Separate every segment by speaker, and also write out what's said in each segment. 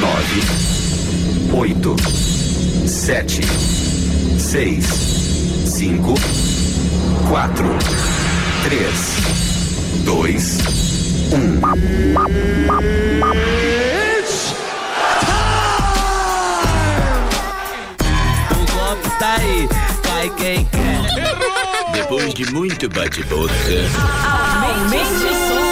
Speaker 1: nove, oito, sete, seis, cinco, quatro, três, dois, um.
Speaker 2: O golpe está tá aí, vai quem quer.
Speaker 3: Depois de muito bate-boca,
Speaker 4: Aumente o som.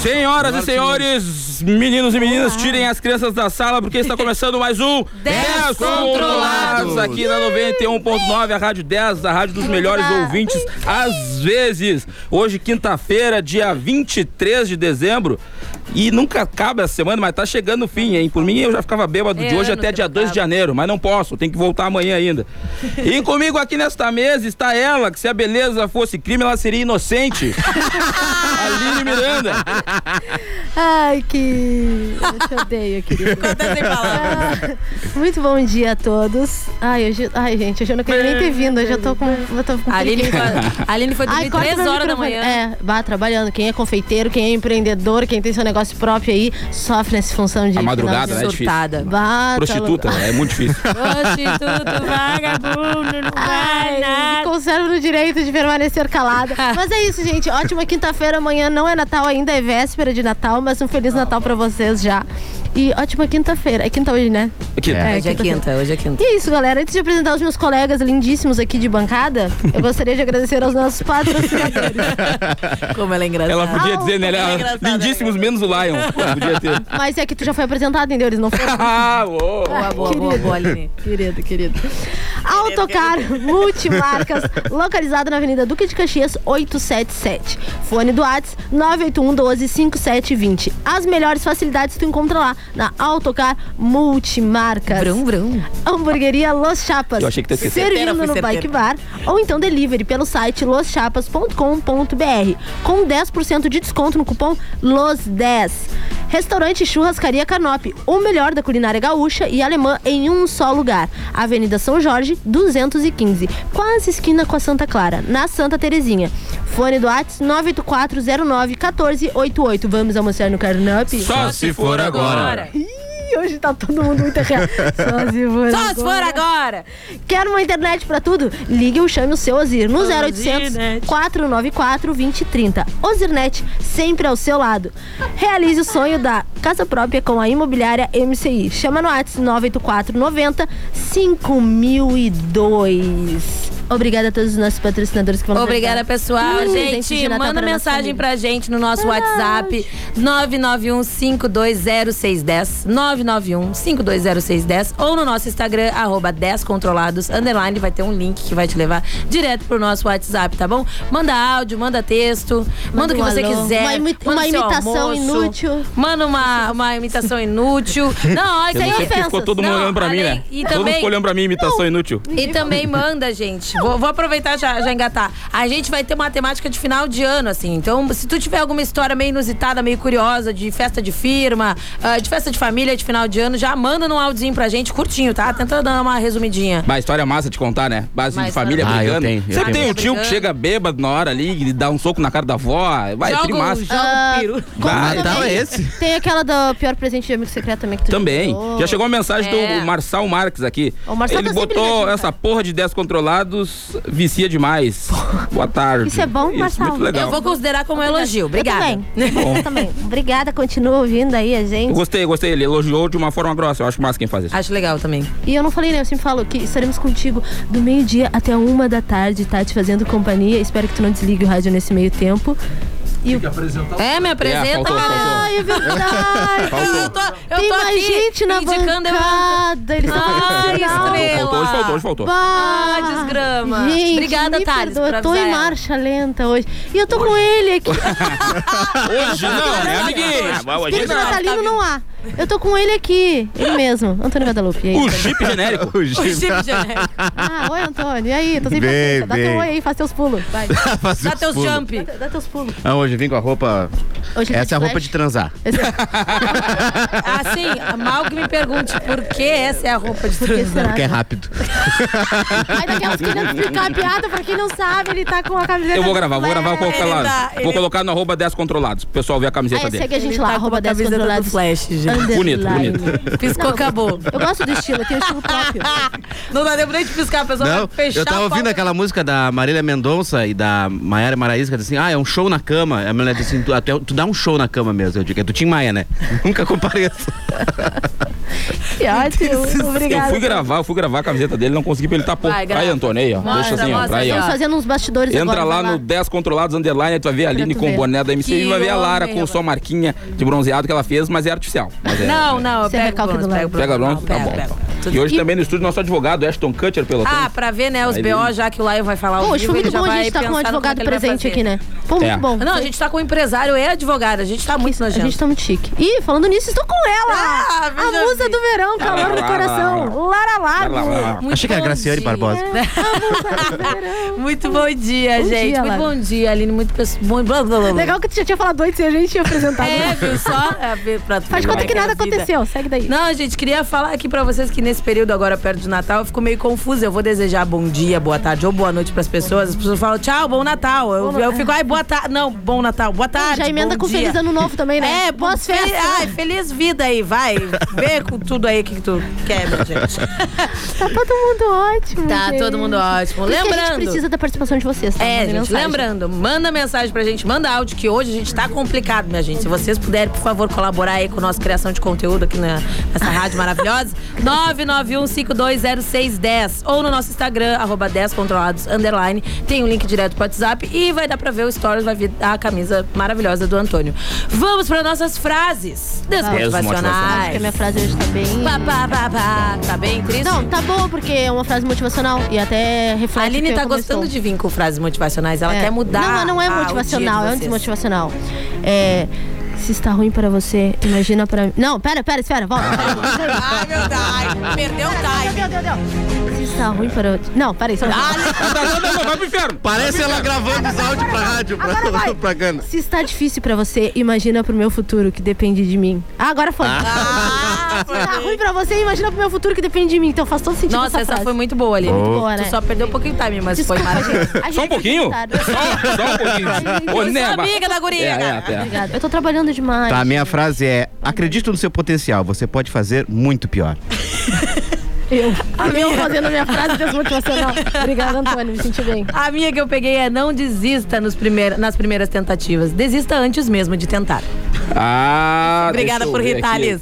Speaker 5: Senhoras e senhores, meninos e meninas, tirem as crianças da sala porque está começando mais um 10 Controlados aqui na 91.9, a Rádio 10, a rádio dos melhores ouvintes, às vezes. Hoje, quinta-feira, dia 23 de dezembro. E nunca acaba essa semana, mas tá chegando o fim, hein? Por mim, eu já ficava bêbado
Speaker 4: É
Speaker 5: de hoje
Speaker 4: ano
Speaker 5: até
Speaker 4: que
Speaker 5: dia
Speaker 4: não
Speaker 5: 2 de
Speaker 4: acaba.
Speaker 5: janeiro, mas não posso, tenho que voltar amanhã ainda. E comigo aqui nesta mesa está ela, que se a beleza fosse crime, ela seria inocente. Aline Miranda.
Speaker 6: Ai, que. Eu te odeio, querido.
Speaker 4: Até Tá sem palavras.
Speaker 6: Muito bom dia a todos. Ai, hoje... Ai gente, hoje eu não queria nem ter vindo. Hoje eu tô com. Eu tô com
Speaker 4: A Aline,
Speaker 6: preguiça.
Speaker 4: foi- a Aline foi
Speaker 6: Ai,
Speaker 4: dormir
Speaker 6: corta
Speaker 4: 3
Speaker 6: meu
Speaker 4: horas da
Speaker 6: microfone.
Speaker 4: manhã.
Speaker 6: É, vá trabalhando. Quem é confeiteiro, quem é empreendedor, quem tem seu negócio próprio aí, sofre nessa função de.
Speaker 5: A madrugada, né? É difícil.
Speaker 4: Surtada.
Speaker 6: Vá, tá
Speaker 5: Prostituta,
Speaker 6: louco.
Speaker 5: é muito difícil.
Speaker 4: Prostituto, vagabundo, não
Speaker 6: Ai,
Speaker 4: vai nada.
Speaker 6: conservo no direito de permanecer calada. Mas é isso, gente. Ótima quinta-feira. Amanhã não é Natal ainda, é véspera de Natal, mas um Feliz Natal pra vocês já. E ótima quinta-feira. É quinta hoje, né?
Speaker 5: Aqui,
Speaker 4: Hoje é quinta, hoje é quinta.
Speaker 6: E é isso, galera. Antes de apresentar os meus colegas lindíssimos aqui de bancada, eu gostaria de agradecer aos nossos patrocinadores.
Speaker 4: Como ela é engraçada.
Speaker 5: Ela podia
Speaker 6: Ah,
Speaker 5: dizer, né?
Speaker 4: é
Speaker 5: ela-
Speaker 4: engraçado, né?
Speaker 5: lindíssimos menos o Lion. Podia ter.
Speaker 6: Mas é que tu já foi apresentado, entendeu? Eles não foram.
Speaker 5: Ah, uou.
Speaker 4: Boa, boa, boa, boa, Aline.
Speaker 6: Querido, querido. Autocar Multimarcas, localizado na Avenida Duque de Caxias, 877. Fone do Whats 981 12 5720. As melhores facilidades tu encontra lá na Autocar Multimarcas.
Speaker 4: Brum, brum.
Speaker 6: Hamburgueria Los Chapas.
Speaker 5: Eu achei que tu ia esquecer.
Speaker 6: Servindo
Speaker 4: Certeira, fui
Speaker 6: no
Speaker 4: certeira.
Speaker 6: Bike Bar ou então delivery pelo site loschapas.com.br com 10% de desconto no cupom LOS10. Restaurante Churrascaria Canop, o melhor da culinária gaúcha e alemã em um só lugar. Avenida São Jorge, 215, quase esquina com a Santa Clara, na Santa Terezinha. Fone do Whats 984091488. Vamos almoçar no Canop?
Speaker 5: Só se for agora.
Speaker 6: Ih, hoje tá todo mundo muito real. Só se for
Speaker 4: Só se for agora.
Speaker 6: Quer uma internet pra tudo? Ligue ou chame o seu Ozir no 0800 494 2030. Ozirnet, sempre ao seu lado. Realize o sonho da casa própria com a imobiliária MCI. Chama no WhatsApp 984 90 5002. Obrigada a todos os nossos patrocinadores que vão
Speaker 4: Obrigada, pessoal.
Speaker 6: Hum, presente
Speaker 4: gente,
Speaker 6: de Natal Ah.
Speaker 4: manda
Speaker 6: pra nossa
Speaker 4: mensagem
Speaker 6: família.
Speaker 4: pra gente no nosso WhatsApp 991-520610 991-520610 ou no nosso Instagram, arroba 10controlados, underline, vai ter um link que vai te levar direto pro nosso WhatsApp, tá bom? Manda áudio, manda texto,
Speaker 6: Manda
Speaker 4: manda, o que
Speaker 6: um
Speaker 4: você
Speaker 6: alô.
Speaker 4: quiser.
Speaker 6: Uma imi-
Speaker 4: manda
Speaker 6: uma
Speaker 4: seu
Speaker 6: imitação
Speaker 4: almoço,
Speaker 6: inútil.
Speaker 4: Manda uma, uma imitação inútil. Não, isso
Speaker 5: Eu não sei
Speaker 4: aí
Speaker 5: porque
Speaker 4: ofensas.
Speaker 5: ficou todo mundo
Speaker 4: Não,
Speaker 5: olhando pra mim,
Speaker 4: além-
Speaker 5: né?
Speaker 4: E
Speaker 5: Todo mundo
Speaker 4: também,
Speaker 5: ficou olhando pra mim, imitação inútil.
Speaker 4: e também manda, gente. Vou, vou aproveitar já, já engatar. A gente vai ter uma temática de final de ano, assim. Então, se tu tiver alguma história meio inusitada, meio curiosa, de festa de firma, ah, de festa de família, de final de ano, já manda num áudiozinho pra gente, curtinho, tá? Tenta dar uma resumidinha.
Speaker 5: Mas história massa de contar, né? Base
Speaker 4: Mas
Speaker 5: de família
Speaker 3: tá. Ah, eu
Speaker 5: brigando.
Speaker 3: tenho, eu
Speaker 5: Sempre
Speaker 3: tenho.
Speaker 5: tem o tio que
Speaker 4: Brigando.
Speaker 5: chega bêbado na hora ali e dá um soco na cara da avó. Vai,
Speaker 4: joga
Speaker 5: trio
Speaker 4: o-
Speaker 5: massa.
Speaker 4: joga
Speaker 6: Ah.
Speaker 4: o peru.
Speaker 5: Vai,
Speaker 6: também.
Speaker 3: Natal é esse?
Speaker 6: Tem aquela do pior presente de amigo secreto também que tu
Speaker 5: Também.
Speaker 6: ganhou.
Speaker 5: Já chegou uma mensagem
Speaker 4: É.
Speaker 5: do Marçal Marques aqui.
Speaker 6: O Marçal
Speaker 5: Ele
Speaker 6: tá sempre
Speaker 5: botou
Speaker 6: ligativo,
Speaker 5: essa
Speaker 6: cara.
Speaker 5: porra de 10 controlados, vicia demais. Boa tarde.
Speaker 6: Isso é bom, Marçal.
Speaker 5: Muito legal.
Speaker 4: Eu vou considerar como um elogio. Obrigada.
Speaker 6: Eu também. Eu também. Obrigada, continua ouvindo aí a gente.
Speaker 5: Eu gostei, gostei. Ele elogiou de uma forma grossa. Eu acho massa quem faz isso.
Speaker 4: Acho legal também.
Speaker 6: E eu não falei, né? Eu sempre falo que estaremos contigo do meio-dia até uma da tarde, tá? Te fazendo companhia. Espero que tu não desligue o rádio nesse meio tempo. E o...
Speaker 4: É, me apresenta,
Speaker 5: faltou,
Speaker 4: galera.
Speaker 5: faltou.
Speaker 6: Ai, é verdade!
Speaker 4: Eu tô, eu
Speaker 6: Tem
Speaker 4: tô
Speaker 6: mais
Speaker 4: aqui
Speaker 6: gente na
Speaker 4: indicando
Speaker 6: bancada. Eles estão
Speaker 4: Ai, estrela.
Speaker 5: Faltou, hoje faltou, hoje faltou.
Speaker 6: Bah!
Speaker 4: Ah, desgrama.
Speaker 6: Gente,
Speaker 4: Obrigada,
Speaker 6: me
Speaker 4: Thales,
Speaker 6: perdoa,
Speaker 4: por
Speaker 6: Eu tô
Speaker 4: avisar
Speaker 6: em
Speaker 4: ela.
Speaker 6: marcha lenta hoje. E eu tô com ele aqui.
Speaker 5: Hoje não, né, amiguinho?
Speaker 4: Ah,
Speaker 6: Espírito
Speaker 4: não, tá
Speaker 6: natalino
Speaker 4: vindo.
Speaker 6: não há. Eu tô com ele aqui. Ele mesmo, Antônio Guadalupe. E aí,
Speaker 5: O
Speaker 6: Antônio?
Speaker 5: chip genérico.
Speaker 4: O chip genérico.
Speaker 6: Ah, oi, Antônio. E aí? Tô sem
Speaker 7: Bem,
Speaker 6: paciência. Dá
Speaker 7: bem.
Speaker 6: teu oi aí, faz teus pulos. Vai.
Speaker 7: Fazer
Speaker 4: Dá
Speaker 7: os
Speaker 4: teus
Speaker 7: pulos.
Speaker 4: jump.
Speaker 6: Dá, dá teus pulos.
Speaker 7: Ah, hoje eu vim com a roupa.
Speaker 6: Hoje
Speaker 7: Essa é a roupa de
Speaker 6: flash.
Speaker 7: transar.
Speaker 6: Esse-
Speaker 4: Assim, mal que me pergunte por que essa é a roupa de
Speaker 6: que será?
Speaker 4: transar.
Speaker 7: Porque é rápido.
Speaker 6: Aí daqui a uns 500 explicar a piada, pra quem não sabe, ele tá com a camiseta.
Speaker 5: Eu vou gravar, vou gravar, vou
Speaker 4: Ele
Speaker 5: colocar lá.
Speaker 4: tá- ele-
Speaker 5: Vou colocar no arroba 10 controlados. O pessoal vê a camiseta
Speaker 6: Aí
Speaker 5: dele.
Speaker 6: segue a gente
Speaker 4: Ele
Speaker 6: lá,
Speaker 4: tá com
Speaker 6: arroba
Speaker 4: uma camisa
Speaker 6: 10
Speaker 4: do
Speaker 6: controlados.
Speaker 4: Flash, gente.
Speaker 6: Underline.
Speaker 5: Bonito,
Speaker 4: Piscou, acabou.
Speaker 6: Eu gosto do estilo, eu tenho um estilo próprio.
Speaker 4: Não dá tempo nem de piscar, a pessoa
Speaker 7: Não,
Speaker 4: vai fechar
Speaker 7: eu tava
Speaker 4: a
Speaker 7: ouvindo
Speaker 4: porta.
Speaker 7: aquela música da Marília Mendonça e da Maiara Maraíza, que diz assim, ah, é um show na cama. A mulher diz assim, tu, até- tu dá um show na cama mesmo, eu digo. É do Tim Maia, né? Nunca compareço.
Speaker 6: Que ótimo,
Speaker 5: Eu
Speaker 6: obrigada.
Speaker 5: fui gravar, eu fui gravar a camiseta dele, não consegui pra ele tá pouco.
Speaker 4: Vai, grava.
Speaker 5: Aí, Antônio, aí, ó.
Speaker 4: Mostra,
Speaker 5: Deixa assim, ó.
Speaker 4: mostra
Speaker 5: Pra aí,
Speaker 4: aí,
Speaker 5: ó.
Speaker 6: Estamos fazendo uns bastidores
Speaker 5: Entra
Speaker 6: agora.
Speaker 5: lá
Speaker 6: vai
Speaker 5: no 10 Controlados Underline, aí tu vai ver a Aline
Speaker 6: tu
Speaker 5: com
Speaker 6: ver.
Speaker 5: boné da MC e vai ver a
Speaker 4: Que
Speaker 5: Lara
Speaker 4: homem,
Speaker 5: com
Speaker 4: rapaz.
Speaker 5: sua marquinha de bronzeado que ela fez, mas é artificial. Mas é-
Speaker 4: Não, não, eu
Speaker 6: Você
Speaker 4: pego
Speaker 6: recalca
Speaker 4: o bronze,
Speaker 6: do
Speaker 4: pego
Speaker 6: lado.
Speaker 4: o
Speaker 5: Pega
Speaker 4: bronze.
Speaker 5: bronze,
Speaker 4: Não,
Speaker 5: tá
Speaker 4: pego,
Speaker 5: bom.
Speaker 4: pego.
Speaker 5: E
Speaker 4: Tudo-
Speaker 5: hoje também no estúdio nosso advogado, Ashton Kutcher, pelo
Speaker 4: Ah, pra ver, né, os
Speaker 5: Aí
Speaker 4: BO,
Speaker 5: ele-
Speaker 4: já que o Laio vai falar
Speaker 6: Pô,
Speaker 4: ao
Speaker 6: hoje
Speaker 4: vivo,
Speaker 6: foi muito
Speaker 4: ele já
Speaker 6: bom a
Speaker 4: vai
Speaker 6: gente tá com um
Speaker 4: pensar no como
Speaker 6: advogado
Speaker 4: que ele vai
Speaker 6: presente
Speaker 4: fazer.
Speaker 6: aqui, né? Pô,
Speaker 5: É.
Speaker 6: muito bom.
Speaker 4: Não, a gente tá com um empresário e advogado, a gente tá muito
Speaker 6: A
Speaker 4: nojento.
Speaker 6: gente tá muito chique. Ih, falando nisso, estou com ela!
Speaker 4: Ah,
Speaker 6: a
Speaker 4: veja
Speaker 6: musa
Speaker 4: bem.
Speaker 6: do verão, calor do
Speaker 5: lá, lá,
Speaker 6: coração. Lara
Speaker 5: Lá, lá, lá.
Speaker 6: Lago. É.
Speaker 4: Muito
Speaker 7: Achei que era
Speaker 4: bom
Speaker 7: Graciane
Speaker 4: dia.
Speaker 7: Barbosa.
Speaker 6: A musa do verão.
Speaker 4: Muito bom dia,
Speaker 6: Bom
Speaker 4: gente.
Speaker 6: dia,
Speaker 4: muito
Speaker 6: Lara.
Speaker 4: bom dia, Aline. Muito pessoa. Bom, blá, blá, blá, blá.
Speaker 6: Legal que tu já tinha falado antes e a gente tinha apresentado.
Speaker 4: É, viu só? É, vê pra tu
Speaker 6: Faz
Speaker 4: ver
Speaker 6: conta
Speaker 4: como
Speaker 6: que
Speaker 4: é
Speaker 6: nada
Speaker 4: a vida.
Speaker 6: aconteceu, segue daí.
Speaker 4: Não, gente, queria falar aqui pra vocês que nesse período agora perto do Natal eu fico meio confusa. Eu vou desejar bom dia, boa tarde ou boa noite pras pessoas. As pessoas falam tchau, bom Natal. Eu, eu fico, ai, boa tarde. Não, bom Natal, boa tarde.
Speaker 6: já emenda
Speaker 4: bom
Speaker 6: com
Speaker 4: dia.
Speaker 6: Feliz Ano Novo também, né?
Speaker 4: É, boas festas. Ai, feliz vida aí, vai. Vê com tudo aí que tu quer, minha gente.
Speaker 6: Tá todo mundo ótimo.
Speaker 4: Tá
Speaker 6: gente.
Speaker 4: todo mundo ótimo.
Speaker 6: Por isso que a gente
Speaker 4: Lembrando-
Speaker 6: precisa da participação de vocês. tá?
Speaker 4: É,
Speaker 6: Mandem
Speaker 4: gente,
Speaker 6: mensagem.
Speaker 4: lembrando, manda mensagem pra gente, manda áudio, que hoje a gente tá complicado, minha gente. Se vocês puderem, por favor, colaborar aí com a nossa criação de conteúdo aqui na, nessa rádio maravilhosa, 991520610 ou no nosso Instagram, arroba 10 controlados, underline, tem um link direto pro WhatsApp e vai dar pra ver o stories, vai vir a camisa maravilhosa do Antônio. Vamos pra nossas frases
Speaker 6: Acho que a
Speaker 4: desmotivacionais.
Speaker 6: minha frase hoje tá bem.
Speaker 4: Pá, pá, pá, pá. Tá bem, Cris?
Speaker 6: Não, tá boa, porque é uma frase motivacional e até
Speaker 4: A
Speaker 6: reflete.
Speaker 4: Aline
Speaker 6: que-
Speaker 4: tá
Speaker 6: como eu
Speaker 4: gostando
Speaker 6: estou.
Speaker 4: de vir com frases motivacionais, ela
Speaker 6: É.
Speaker 4: quer mudar.
Speaker 6: Não, mas não é
Speaker 4: a- o dia de
Speaker 6: motivacional, é
Speaker 4: vocês.
Speaker 6: anti-motivacional. É. Se está ruim pra você, imagina pra mim. Não, pera, pera, espera, volta.
Speaker 4: Ai, meu Deus. Ah, Perdeu o time.
Speaker 6: Deu, deu, deu. Se está ruim para. Não, peraí,
Speaker 4: Ah,
Speaker 6: só. um
Speaker 5: Tá, tá, tá, tá, vai pro inferno.
Speaker 7: Parece ela gravando os áudios pra rádio,
Speaker 6: Agora vai.
Speaker 7: pra propaganda.
Speaker 6: Se está difícil pra você, imagina pro meu futuro que depende de mim. Ah, agora foi.
Speaker 4: Ah,
Speaker 6: Se tá ruim pra você, imagina pro meu futuro que depende de mim. Então faz todo sentido
Speaker 4: Nossa, essa
Speaker 6: frase.
Speaker 4: foi muito boa, Aline.
Speaker 6: Muito boa, né?
Speaker 4: Tu só perdeu um pouquinho de time, mas
Speaker 6: Desculpa,
Speaker 4: foi maravilhoso.
Speaker 6: gente. é A gente
Speaker 5: Só um
Speaker 6: foi
Speaker 5: pouquinho? Só,
Speaker 6: conectado.
Speaker 5: só um
Speaker 6: Eu
Speaker 5: pouquinho. Ô,
Speaker 6: sou
Speaker 5: Neba.
Speaker 4: amiga da guria,
Speaker 5: É, é,
Speaker 4: cara.
Speaker 5: é.
Speaker 6: Obrigada. Eu tô trabalhando demais.
Speaker 7: Tá, a minha frase é: acredito no seu potencial, você pode fazer muito pior.
Speaker 6: Eu. Eu fazendo a minha frase desmotivacional. Obrigada, Antônio. Me senti bem.
Speaker 4: A minha que eu peguei é não desista nos primeir, nas primeiras tentativas. Desista antes mesmo de tentar.
Speaker 5: Ah,
Speaker 4: Obrigada
Speaker 5: deixa eu
Speaker 4: por
Speaker 5: ver aqui.
Speaker 4: rir, Thales.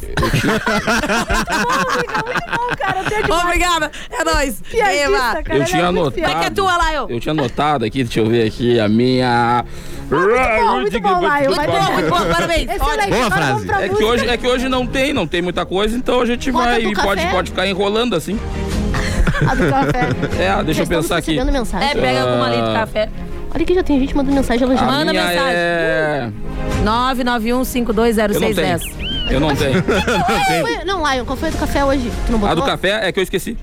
Speaker 4: Obrigada. É nóis. Eva.
Speaker 6: cara.
Speaker 5: Eu tinha
Speaker 6: Como é que é
Speaker 5: anotado.
Speaker 4: tua, Laio?
Speaker 5: Eu tinha anotado aqui, deixa eu ver aqui a minha. Ah,
Speaker 6: bom, muito bom, Laio, vai um é
Speaker 4: Muito boa, muito boa. Parabéns.
Speaker 6: Excelente.
Speaker 7: Boa
Speaker 6: Agora vamos
Speaker 7: frase.
Speaker 6: pra
Speaker 5: É que,
Speaker 6: música.
Speaker 5: hoje, é que hoje não tem, não tem muita coisa, então a gente
Speaker 6: Bota do
Speaker 5: vai.
Speaker 6: café.
Speaker 5: Pode, pode ficar enrolando assim.
Speaker 6: A do café.
Speaker 5: É, deixa eu
Speaker 6: Já estamos
Speaker 5: pensar aqui.
Speaker 6: recebendo
Speaker 4: É,
Speaker 6: mensagem.
Speaker 4: pega alguma ali do
Speaker 5: Ah.
Speaker 4: café.
Speaker 6: Olha que já tem gente mandando mensagem
Speaker 5: A
Speaker 6: elogiando.
Speaker 4: Manda
Speaker 5: minha
Speaker 4: mensagem.
Speaker 5: É... Eu não tenho.
Speaker 4: 991520610.
Speaker 5: Eu não tenho.
Speaker 6: Ah, Qual foi- Não, Lion, qual foi a do café hoje? Tu não botou?
Speaker 5: A do café é que eu esqueci.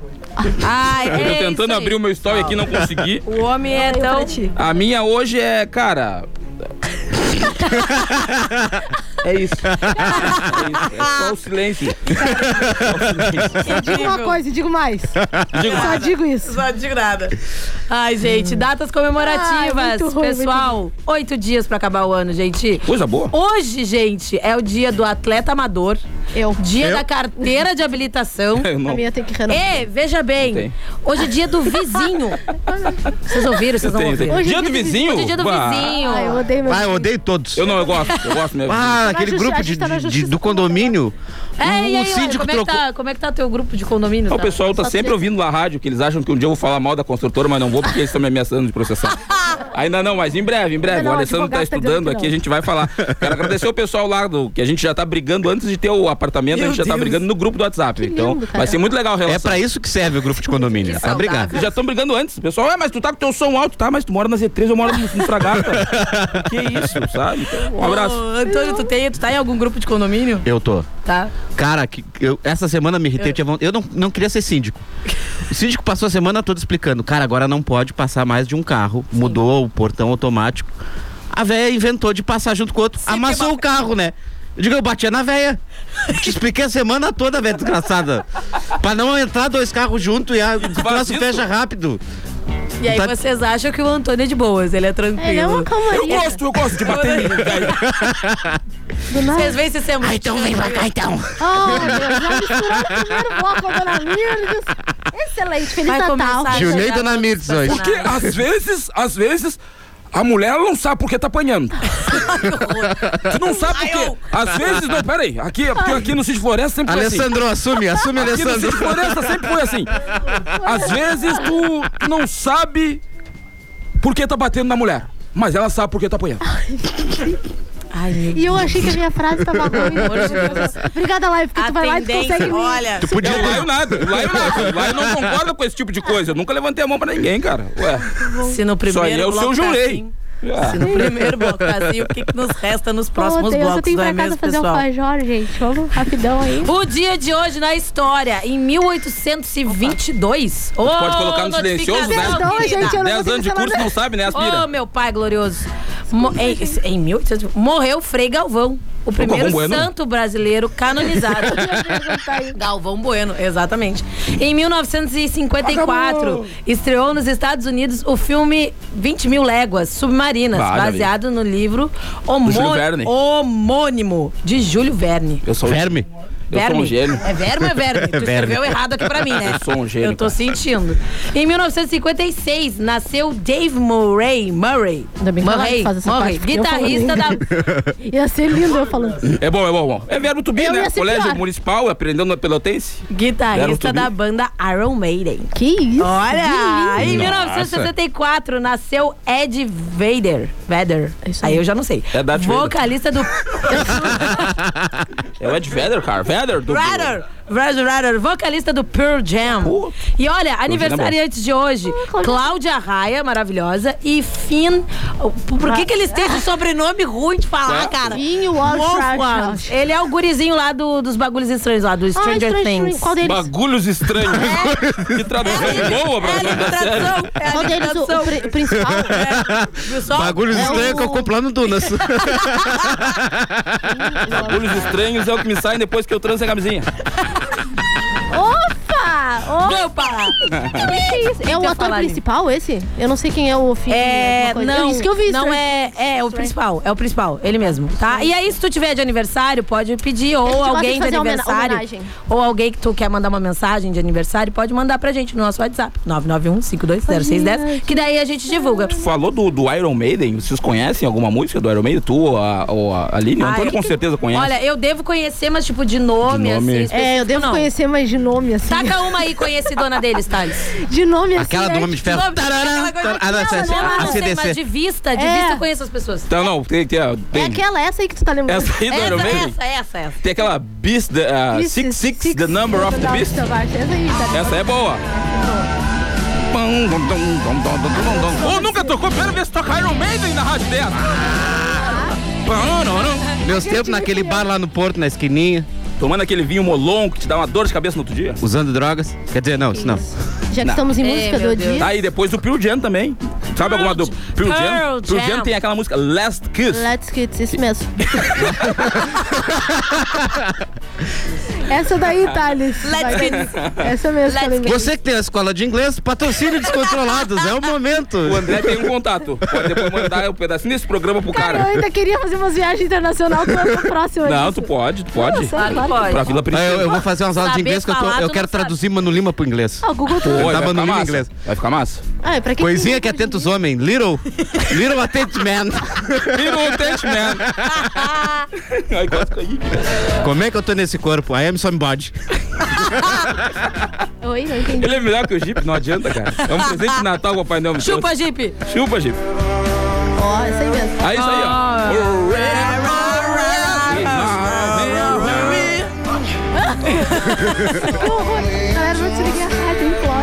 Speaker 4: Ai,
Speaker 5: Eu tô
Speaker 4: é
Speaker 5: tentando
Speaker 4: isso aí.
Speaker 5: abrir o meu story aqui, não consegui.
Speaker 4: O homem é tão...
Speaker 5: A minha hoje é, cara. É isso. É isso. É só o silêncio.
Speaker 6: Diga uma coisa, e digo mais.
Speaker 5: Digo,
Speaker 6: Só digo isso.
Speaker 4: Só de nada. Ai, gente, datas comemorativas.
Speaker 6: Hum. Ai, muito ruim,
Speaker 4: Pessoal, oito dias pra acabar o ano, gente.
Speaker 5: coisa boa.
Speaker 4: Hoje, gente, é o dia do atleta amador,
Speaker 6: Eu.
Speaker 4: dia da carteira de habilitação.
Speaker 5: Eu
Speaker 6: A
Speaker 5: não.
Speaker 6: minha tem que renovar.
Speaker 4: e, veja bem,
Speaker 5: tem.
Speaker 4: hoje é dia do vizinho. Vocês ouviram? Vocês não
Speaker 5: Tem, tem.
Speaker 4: ouviram?
Speaker 6: Hoje
Speaker 5: Dia
Speaker 6: é
Speaker 5: do
Speaker 6: dia do
Speaker 5: vizinho?
Speaker 4: Hoje é dia do
Speaker 5: Bah.
Speaker 4: vizinho.
Speaker 6: Ai, eu odeio meu.
Speaker 7: Ah, eu odeio todos.
Speaker 5: Eu não, eu gosto. Eu gosto mesmo.
Speaker 7: Ah, aquele
Speaker 6: justi- a
Speaker 7: grupo
Speaker 6: gente
Speaker 7: de,
Speaker 6: tá na
Speaker 7: de- de-
Speaker 6: justiça
Speaker 7: do condomínio.
Speaker 4: né? É, e
Speaker 7: o
Speaker 4: aí, olha,
Speaker 7: síndico
Speaker 4: como, é que
Speaker 7: trocou.
Speaker 4: tá, como é que tá teu grupo de condomínio?
Speaker 5: O tá pessoal tá sempre ouvindo lá a rádio, que eles acham que um dia eu vou falar mal da construtora, mas não vou porque eles estão me ameaçando de processar. Ainda não, mas em breve, em breve.
Speaker 6: Ainda não,
Speaker 5: o Alessandro
Speaker 6: advogado
Speaker 5: tá
Speaker 6: tá dizendo
Speaker 5: estudando
Speaker 6: que
Speaker 5: aqui, a
Speaker 6: não.
Speaker 5: gente vai falar. Quero agradecer o pessoal lá, do, que a gente já tá brigando antes de ter o apartamento, a
Speaker 2: Meu
Speaker 5: gente já tá
Speaker 2: Deus.
Speaker 5: brigando no grupo do WhatsApp. então,
Speaker 6: lindo, cara.
Speaker 5: vai ser muito legal a
Speaker 7: É
Speaker 5: relação.
Speaker 7: pra isso que serve o grupo de condomínio.
Speaker 4: Que
Speaker 7: Pra brigar.
Speaker 4: saudável.
Speaker 5: Já estão brigando antes. O Pessoal, é, mas tu tá com teu som alto, tá? Mas tu mora na Z3, eu moro no, no Fragata. que isso, sabe? Então, um abraço.
Speaker 4: Ô, Antônio, tu, tem, tu tá em algum grupo de condomínio?
Speaker 7: Eu tô.
Speaker 4: Tá.
Speaker 7: Cara, que eu- essa semana me irritei. Eu, tinha von- eu não, não queria ser síndico. O síndico passou a semana toda explicando. Cara, agora não pode passar mais de um carro. Mudou o portão automático. A véia inventou de passar junto com o outro. amassou o carro, né? Eu digo, eu batia na véia. Te expliquei a semana toda, velho, desgraçada. pra não entrar dois carros junto e a, o troço
Speaker 5: isso.
Speaker 7: fecha rápido.
Speaker 4: E aí
Speaker 7: Tá-
Speaker 4: vocês acham que o Antônio é de boas, ele é tranquilo.
Speaker 6: Ele é uma
Speaker 5: Eu
Speaker 6: calmaria.
Speaker 5: gosto, eu gosto de bater. em-
Speaker 6: do nada.
Speaker 4: Vocês veem se sendo. Ah, então vem pra cá então.
Speaker 6: Oh, meu Deus, já misturou o primeiro bloco com a Dona Mirdes. Excelente, Feliz
Speaker 4: Vai
Speaker 6: Natal.
Speaker 4: começar.
Speaker 7: Junei
Speaker 4: chegar
Speaker 7: Dona
Speaker 4: todos
Speaker 7: Mirtes
Speaker 4: os
Speaker 7: hoje.
Speaker 5: Porque
Speaker 4: personagens.
Speaker 5: às vezes, às vezes, a mulher ela não sabe por que tá apanhando. tu não sabe por quê. Às vezes, não, peraí. Aqui, é porque aqui no Sítio Floresta sempre foi assim.
Speaker 7: Alessandro, assume, assume,
Speaker 5: Aqui no Sítio
Speaker 7: Alessandro.
Speaker 5: Floresta sempre foi assim. Às vezes tu, tu não sabe por que tá batendo na mulher. Mas ela sabe por que tá apanhando.
Speaker 4: Ai, meu
Speaker 6: E eu achei que a minha frase tava ruim.
Speaker 4: amor de Deus.
Speaker 6: Obrigada, Live, porque tu vai lá e tu consegue.
Speaker 4: olha.
Speaker 7: Podia
Speaker 5: Eu
Speaker 7: ter-
Speaker 5: laio nada, eu laio nada. Eu laio não concorda com esse tipo de coisa. Eu nunca levantei a mão pra ninguém, cara. Ué,
Speaker 4: Se no
Speaker 5: só aí é
Speaker 4: primeiro
Speaker 5: o seu
Speaker 4: bloco tá
Speaker 5: jurei.
Speaker 4: assim,
Speaker 5: Ah.
Speaker 4: se no primeiro bloco tá assim, o que, que nos resta nos próximos
Speaker 6: Pô, Deus, eu
Speaker 4: blocos,
Speaker 6: tenho
Speaker 4: não
Speaker 6: que
Speaker 4: é
Speaker 6: ir pra casa
Speaker 4: mesmo,
Speaker 6: fazer um
Speaker 4: pessoal?
Speaker 6: fajor, gente. Vamos rapidão aí.
Speaker 4: O dia de hoje na história, em 1822. Ô,
Speaker 5: Pode colocar no silencioso, né?
Speaker 4: notificação,
Speaker 6: Perdão,
Speaker 4: querida.
Speaker 6: gente, eu não
Speaker 5: 10 anos de curso não sabe, né,
Speaker 4: Ô,
Speaker 5: Aspira?
Speaker 4: meu pai glorioso. Mo- em, em 1800, morreu Frei Galvão, o primeiro
Speaker 5: Galvão é Bueno?
Speaker 4: santo brasileiro canonizado.
Speaker 6: Tá
Speaker 4: Galvão Bueno, exatamente. Em 1954, estreou nos Estados Unidos o filme 20 Mil Léguas Submarinas,
Speaker 5: Bah, já vi.
Speaker 4: baseado no livro
Speaker 5: Júlio
Speaker 4: homô-
Speaker 5: Verne.
Speaker 4: homônimo de Júlio Verne.
Speaker 5: Eu sou um
Speaker 7: Verme.
Speaker 5: Eu sou um gênio.
Speaker 4: É verme ou é verme? Tu
Speaker 7: Verme.
Speaker 4: escreveu errado aqui pra mim, né?
Speaker 5: Eu sou um gênio,
Speaker 4: Eu tô sentindo. Em 1956, nasceu Dave Murray. Murray.
Speaker 6: Ainda bem que
Speaker 4: Murray.
Speaker 6: ela faz essa parte,
Speaker 4: Murray.
Speaker 6: porque eu falo
Speaker 4: Guitarrista da.
Speaker 6: Ia ser lindo eu falando.
Speaker 5: É bom, é bom, é bom. É verbo to be,
Speaker 6: Eu
Speaker 5: né?
Speaker 6: ia ser
Speaker 5: Colégio
Speaker 6: pior.
Speaker 5: municipal, aprendendo na pelotense. Era um
Speaker 4: Guitarrista
Speaker 5: tubi.
Speaker 4: da banda Iron Maiden.
Speaker 6: Que isso?
Speaker 4: Olha! Em
Speaker 5: lindo.
Speaker 4: 1974 nasceu Ed Vader. Vader.
Speaker 6: isso
Speaker 4: aí.
Speaker 6: aí.
Speaker 4: eu já não sei.
Speaker 5: É Darth Vader.
Speaker 4: Vocalista do.
Speaker 5: É o Ed Vedder, cara. Vedder do.
Speaker 4: Vader! Vader, Vader, vocalista do Pearl Jam.
Speaker 5: Pô. é
Speaker 4: E olha, aniversariantes de hoje, Cláudia Raia, maravilhosa, e Finn. Por que, que eles têm esse sobrenome ruim de
Speaker 5: É.
Speaker 4: falar, cara?
Speaker 6: Vinho,
Speaker 4: Wolfgang.
Speaker 6: Wolfram.
Speaker 4: Ele é o gurizinho lá do- dos bagulhos estranhos, lá do Stranger Things.
Speaker 6: Ah, Qual deles?
Speaker 5: Bagulhos estranhos. que tradução boa pra
Speaker 4: É a tradução, é a
Speaker 6: Qual deles o,
Speaker 4: tradução.
Speaker 6: o pri- principal?
Speaker 4: É. Viu só?
Speaker 7: Bagulhos
Speaker 4: É
Speaker 7: estranhos
Speaker 4: o-
Speaker 7: que eu compro lá no Dunas.
Speaker 5: Bagulhos estranhos é o que me sai depois que eu transo a camisinha.
Speaker 6: Opa! Opa!
Speaker 4: Meu pai!
Speaker 6: Que isso? Ah, É
Speaker 4: eu
Speaker 6: o ator
Speaker 4: falar ali.
Speaker 6: principal esse? Eu não sei quem é o filho.
Speaker 4: É, não,
Speaker 6: isso que eu vi.
Speaker 4: não
Speaker 6: estranho.
Speaker 4: é, é o principal, é o principal, ele mesmo, tá? E aí, se tu tiver de aniversário, pode pedir, ou
Speaker 6: É gosta de
Speaker 4: alguém de
Speaker 6: fazer homena-
Speaker 4: aniversário,
Speaker 6: homenagem.
Speaker 4: ou alguém que tu quer mandar uma mensagem de aniversário, pode mandar pra gente no nosso WhatsApp, 991-520610, que daí a gente divulga.
Speaker 5: Falou do, do Iron Maiden, vocês conhecem alguma música do Iron Maiden? Tu ou a, ou a Aline? O
Speaker 4: Ai,
Speaker 5: Antônio com
Speaker 4: que-
Speaker 5: certeza conhece.
Speaker 4: Olha, eu devo conhecer, mas tipo, de nome,
Speaker 5: De nome.
Speaker 4: assim,
Speaker 6: É, eu
Speaker 4: específico,
Speaker 6: devo
Speaker 4: não. Tá
Speaker 6: conhecer mais de nome, assim.
Speaker 4: Taca uma aí conhecidona deles, Thales.
Speaker 6: De nome, assim.
Speaker 7: Aquela
Speaker 6: né?
Speaker 7: do Homem de Ferro.
Speaker 4: Nome-
Speaker 7: Tarará,
Speaker 4: aquela coisa-
Speaker 7: tarará. Ah, não, essa-
Speaker 4: Não, não,
Speaker 7: essa-
Speaker 4: não
Speaker 7: a
Speaker 4: sei, mas de
Speaker 7: CDC.
Speaker 4: vista, de
Speaker 6: É.
Speaker 4: vista eu conheço as pessoas.
Speaker 5: Então, não, tem, tem, a-
Speaker 6: É
Speaker 5: tem
Speaker 6: aquela, essa aí que tu tá lembrando.
Speaker 5: essa aí do Iron
Speaker 4: Essa, é-
Speaker 5: Maiden.
Speaker 4: essa, essa, essa.
Speaker 5: Tem aquela Beast, the, ah,
Speaker 6: Isso,
Speaker 5: six, six,
Speaker 6: six,
Speaker 5: The Number of the
Speaker 6: Number
Speaker 5: Beast.
Speaker 6: Essa aí, tá?
Speaker 5: Essa é boa. Pam, dum, dum, dum, dum, dum, dum, dum. Ô, nunca tocou? Quero ver se toca Iron Maiden na rádio dela. Pam, não, não.
Speaker 7: Meus tempos naquele bar lá no Porto, na esquininha,
Speaker 5: Tomando aquele vinho molon que te dá uma dor de cabeça no outro dia.
Speaker 7: usando drogas. Quer dizer, não, isso não.
Speaker 6: Já que estamos em
Speaker 4: Ei,
Speaker 6: música
Speaker 4: meu
Speaker 6: do
Speaker 4: Deus.
Speaker 5: Tá
Speaker 6: dia.
Speaker 5: aí depois do Pearl Jam também. Sabe alguma do Pearl Jam?
Speaker 4: Pearl
Speaker 5: Pearl Jam
Speaker 4: Jam.
Speaker 5: tem aquela música Last Kiss.
Speaker 6: Let's Kids, isso mesmo. essa daí, Thales.
Speaker 4: Let's
Speaker 6: Vai.
Speaker 4: Kids.
Speaker 6: Essa mesmo, que eu
Speaker 4: Let's
Speaker 6: lembrei.
Speaker 7: Você que tem a escola de inglês, patrocínio descontrolados, é o momento.
Speaker 5: O André tem um contato. Pode depois mandar um pedacinho desse programa pro
Speaker 6: Cara, eu
Speaker 5: cara.
Speaker 6: ainda queria fazer umas viagens internacionais tu é próxima.
Speaker 5: Não,
Speaker 6: disso.
Speaker 5: tu pode, tu pode.
Speaker 6: Nossa,
Speaker 4: Claro que pode.
Speaker 5: Pra Vila
Speaker 7: Ah,
Speaker 5: Princesa.
Speaker 7: Eu, eu vou fazer umas aulas de
Speaker 4: Saber
Speaker 7: inglês que eu, tô-
Speaker 4: falar,
Speaker 7: eu
Speaker 4: tu
Speaker 7: quero
Speaker 4: não sabe.
Speaker 7: traduzir Mano Lima pro inglês.
Speaker 6: Ah, o Google tá...
Speaker 5: Pô,
Speaker 7: Eu
Speaker 5: vai
Speaker 7: tava no
Speaker 5: ficar
Speaker 7: livro
Speaker 5: massa.
Speaker 7: inglês.
Speaker 5: Vai ficar massa.
Speaker 6: Ah, é pra quem
Speaker 7: Coisinha
Speaker 6: tem
Speaker 7: que
Speaker 6: Google
Speaker 7: atenta os homens. Little. Little attent man.
Speaker 5: Little Tent Man. Ai, quase caí.
Speaker 7: Como é que eu tô nesse corpo? I am somebody.
Speaker 6: de- Oi, não entendi.
Speaker 5: Ele é melhor que o Jeep, não adianta, cara. É um presente de Natal, Papai Noel. me
Speaker 4: Chupa,
Speaker 5: trouxe.
Speaker 4: Jeep!
Speaker 5: Chupa, Jeep.
Speaker 6: Ó, essa aí mesmo.
Speaker 5: Aí isso aí, ó.
Speaker 6: Galera, vou desligar. Ai, tem flora.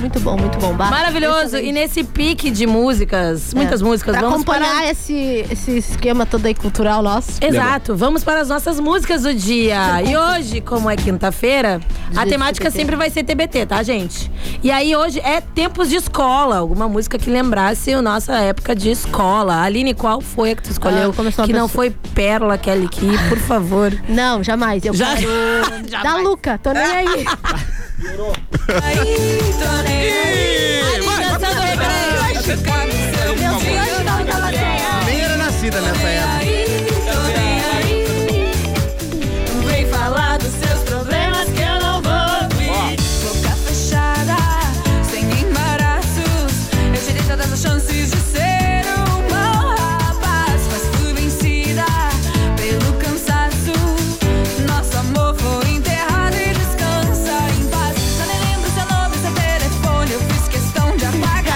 Speaker 6: Muito bom, muito bom. Bah. É.
Speaker 4: Maravilhoso. E nesse pique de músicas, muitas músicas,
Speaker 6: Pra
Speaker 4: vamos
Speaker 6: acompanhar
Speaker 4: para.
Speaker 6: esse, esse esquema todo aí cultural nosso.
Speaker 4: É. Exato, vamos para as nossas músicas do dia. E hoje, como é quinta-feira, a
Speaker 6: Dia
Speaker 4: temática
Speaker 6: TBT.
Speaker 4: sempre vai ser TBT, tá, gente? E aí hoje é tempos de escola, alguma música que lembrasse a nossa época de escola. Aline, qual foi a que tu escolheu?
Speaker 6: Ah, começou a
Speaker 4: que não
Speaker 6: pessoa.
Speaker 4: foi Pérola Kelly Key, por favor.
Speaker 6: Não, jamais. Eu
Speaker 4: Já- Ah,
Speaker 6: quero- Da Luca, tô nem aí.
Speaker 8: Nem era nascida nessa época.
Speaker 4: Vem falar dos seus problemas que eu não vou
Speaker 9: Boca fechada, sem embaraços. Eu tirei todas as chances de ser um bom rapaz. Mas fui vencida pelo cansaço. Nosso amor foi enterrado e descansa em paz. Só nem lembro seu nome, seu telefone. Eu fiz questão de apagar.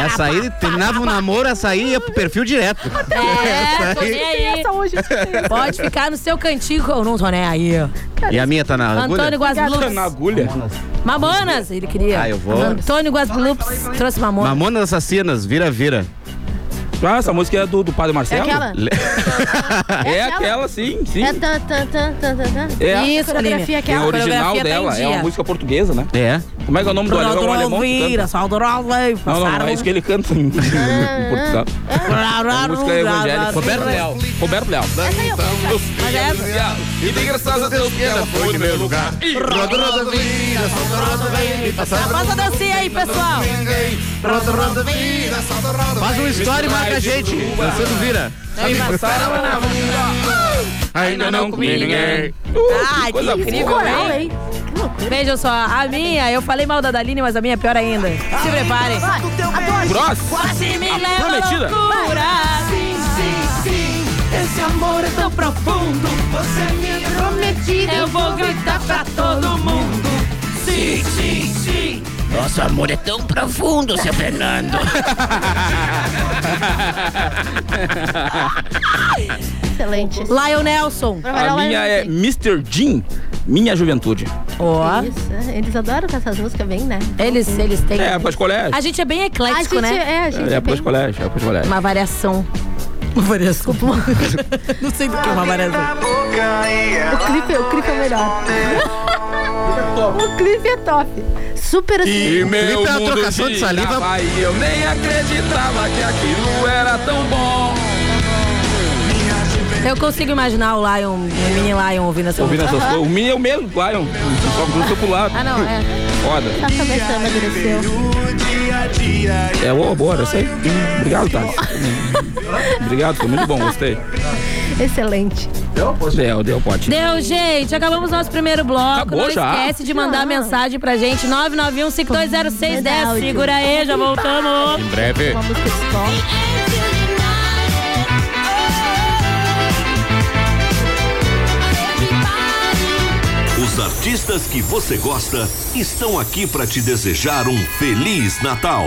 Speaker 7: Essa aí terminava um namoro, essa aí ia pro perfil direto.
Speaker 4: É, tô nem aí.
Speaker 6: Essa hoje.
Speaker 4: Pode ficar no seu cantinho, que eu não tô nem aí.
Speaker 7: E a minha tá na
Speaker 4: Antônio
Speaker 7: agulha?
Speaker 5: Tá Na
Speaker 4: Guasblups.
Speaker 5: agulha?
Speaker 4: Mamonas, ele queria.
Speaker 7: Ah, eu vou.
Speaker 4: Antônio Guasblups trouxe Mamonas.
Speaker 7: Mamonas Assassinas, vira, vira.
Speaker 5: Ah, essa música é do, do Padre
Speaker 6: É
Speaker 5: Marcelo?
Speaker 6: aquela?
Speaker 7: Le-
Speaker 5: É aquela, sim, sim.
Speaker 6: É tan, tan, tan, tan, tan, tan.
Speaker 5: É.
Speaker 4: Isso, Aline.
Speaker 6: Coreografia
Speaker 5: Tem
Speaker 6: aquela.
Speaker 5: a original
Speaker 4: coreografia tá em
Speaker 5: dela, é uma
Speaker 4: dia.
Speaker 5: música portuguesa, né?
Speaker 7: É.
Speaker 5: Como é que é o nome do alemão? É um alemão que canta.
Speaker 4: Saldorovei,
Speaker 5: Não, não, não, é isso que ele canta em, em Portugal. A música é evangélica. Roberto Leal. Roberto Leal.
Speaker 4: é
Speaker 6: é
Speaker 4: Mas essa-
Speaker 10: E de graças a Deus, ela foi no meu lugar.
Speaker 8: Roda, roda, vira, solta, roda, vem, passa,
Speaker 4: Faz é a dancinha aí, pessoal.
Speaker 8: roda, roda, vira, solta, roda,
Speaker 7: Faz um story e marca a gente. Dançando vira.
Speaker 10: Ainda não comi ninguém.
Speaker 4: Ai, Ah, que
Speaker 5: Uh, coisa
Speaker 4: incrível,
Speaker 6: Coral,
Speaker 4: hein?
Speaker 6: hein? Que loucura.
Speaker 4: Vejam só, a minha, eu falei mal da Daline, mas a minha é pior ainda. Se preparem.
Speaker 5: Gross.
Speaker 4: Quase
Speaker 5: Ah,
Speaker 4: me leva à
Speaker 5: prometida.
Speaker 4: loucura.
Speaker 8: Esse amor é tão profundo, você me prometido.
Speaker 4: Eu vou gritar pra todo mundo.
Speaker 7: Nosso amor é tão profundo, seu Fernando.
Speaker 6: Excelente.
Speaker 4: Lion
Speaker 6: um
Speaker 4: Nelson.
Speaker 5: A minha é Mr. Jean, Minha Juventude.
Speaker 4: Ó.
Speaker 6: Isso, é. eles adoram com essas músicas bem, né?
Speaker 4: Eles, eles têm.
Speaker 5: É, época de colégio.
Speaker 4: A gente é bem
Speaker 6: A
Speaker 4: eclético,
Speaker 6: gente
Speaker 4: né?
Speaker 6: é, a
Speaker 5: É
Speaker 6: gente é
Speaker 5: época de
Speaker 6: bem...
Speaker 5: colégio, é época de colégio.
Speaker 4: Uma variação. Uma variação. Não sei do que é uma variação.
Speaker 6: O clipe, o clipe é o melhor. o clipe é top. Super assim.
Speaker 7: meu Felipe é uma mundo trocação de girava saliva.
Speaker 5: E eu nem acreditava que aquilo era tão bom.
Speaker 4: Eu consigo imaginar o Lion, o mini Lion ouvindo essa
Speaker 5: Ouvindo
Speaker 4: música.
Speaker 5: essas coisas. O Minha é o mesmo, Lion. Só gruda pro lado.
Speaker 4: Ah, não, é.
Speaker 5: Foda.
Speaker 6: Tá começando, amadureceu.
Speaker 5: É, ô, bora, eu sei. Hum, Obrigado, Tati. Hum. Obrigado, foi muito bom, gostei.
Speaker 6: Excelente.
Speaker 5: Deu, deu pote.
Speaker 4: Deu, gente. Acabamos nosso primeiro bloco.
Speaker 5: Acabou
Speaker 4: Não
Speaker 5: já?
Speaker 4: esquece de mandar mensagem pra gente. 991-520610. Segura aí, já voltamos.
Speaker 10: Em breve.
Speaker 6: Uma música de escola.
Speaker 11: Os artistas que você gosta estão aqui para te desejar um feliz Natal.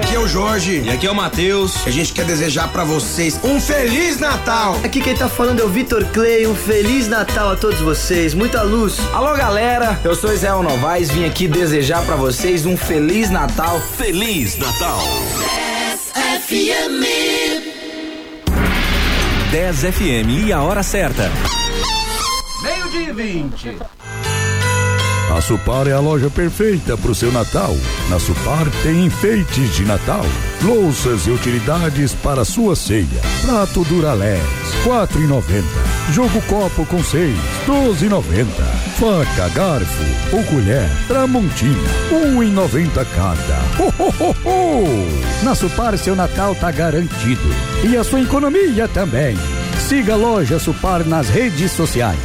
Speaker 8: Aqui é o Jorge. E aqui é o Matheus. A gente quer desejar pra vocês um Feliz Natal.
Speaker 12: Aqui quem tá falando é o Vitor Clay. Um Feliz Natal a todos vocês. Muita luz.
Speaker 1: Alô, galera. Eu sou Israel Novaes. Vim aqui desejar pra vocês um Feliz Natal.
Speaker 11: Feliz Natal.
Speaker 13: 10 FM e a hora certa.
Speaker 14: A Supar é a loja perfeita para o seu Natal. Na Supar tem enfeites de Natal, louças e utilidades para sua ceia. Prato Duralex, quatro e Jogo copo com seis, doze e Faca, garfo ou colher, Tramontina, um e cada. Ho, ho, ho, ho! Na Supar seu Natal tá garantido e a sua economia também. Siga a loja Supar nas redes sociais.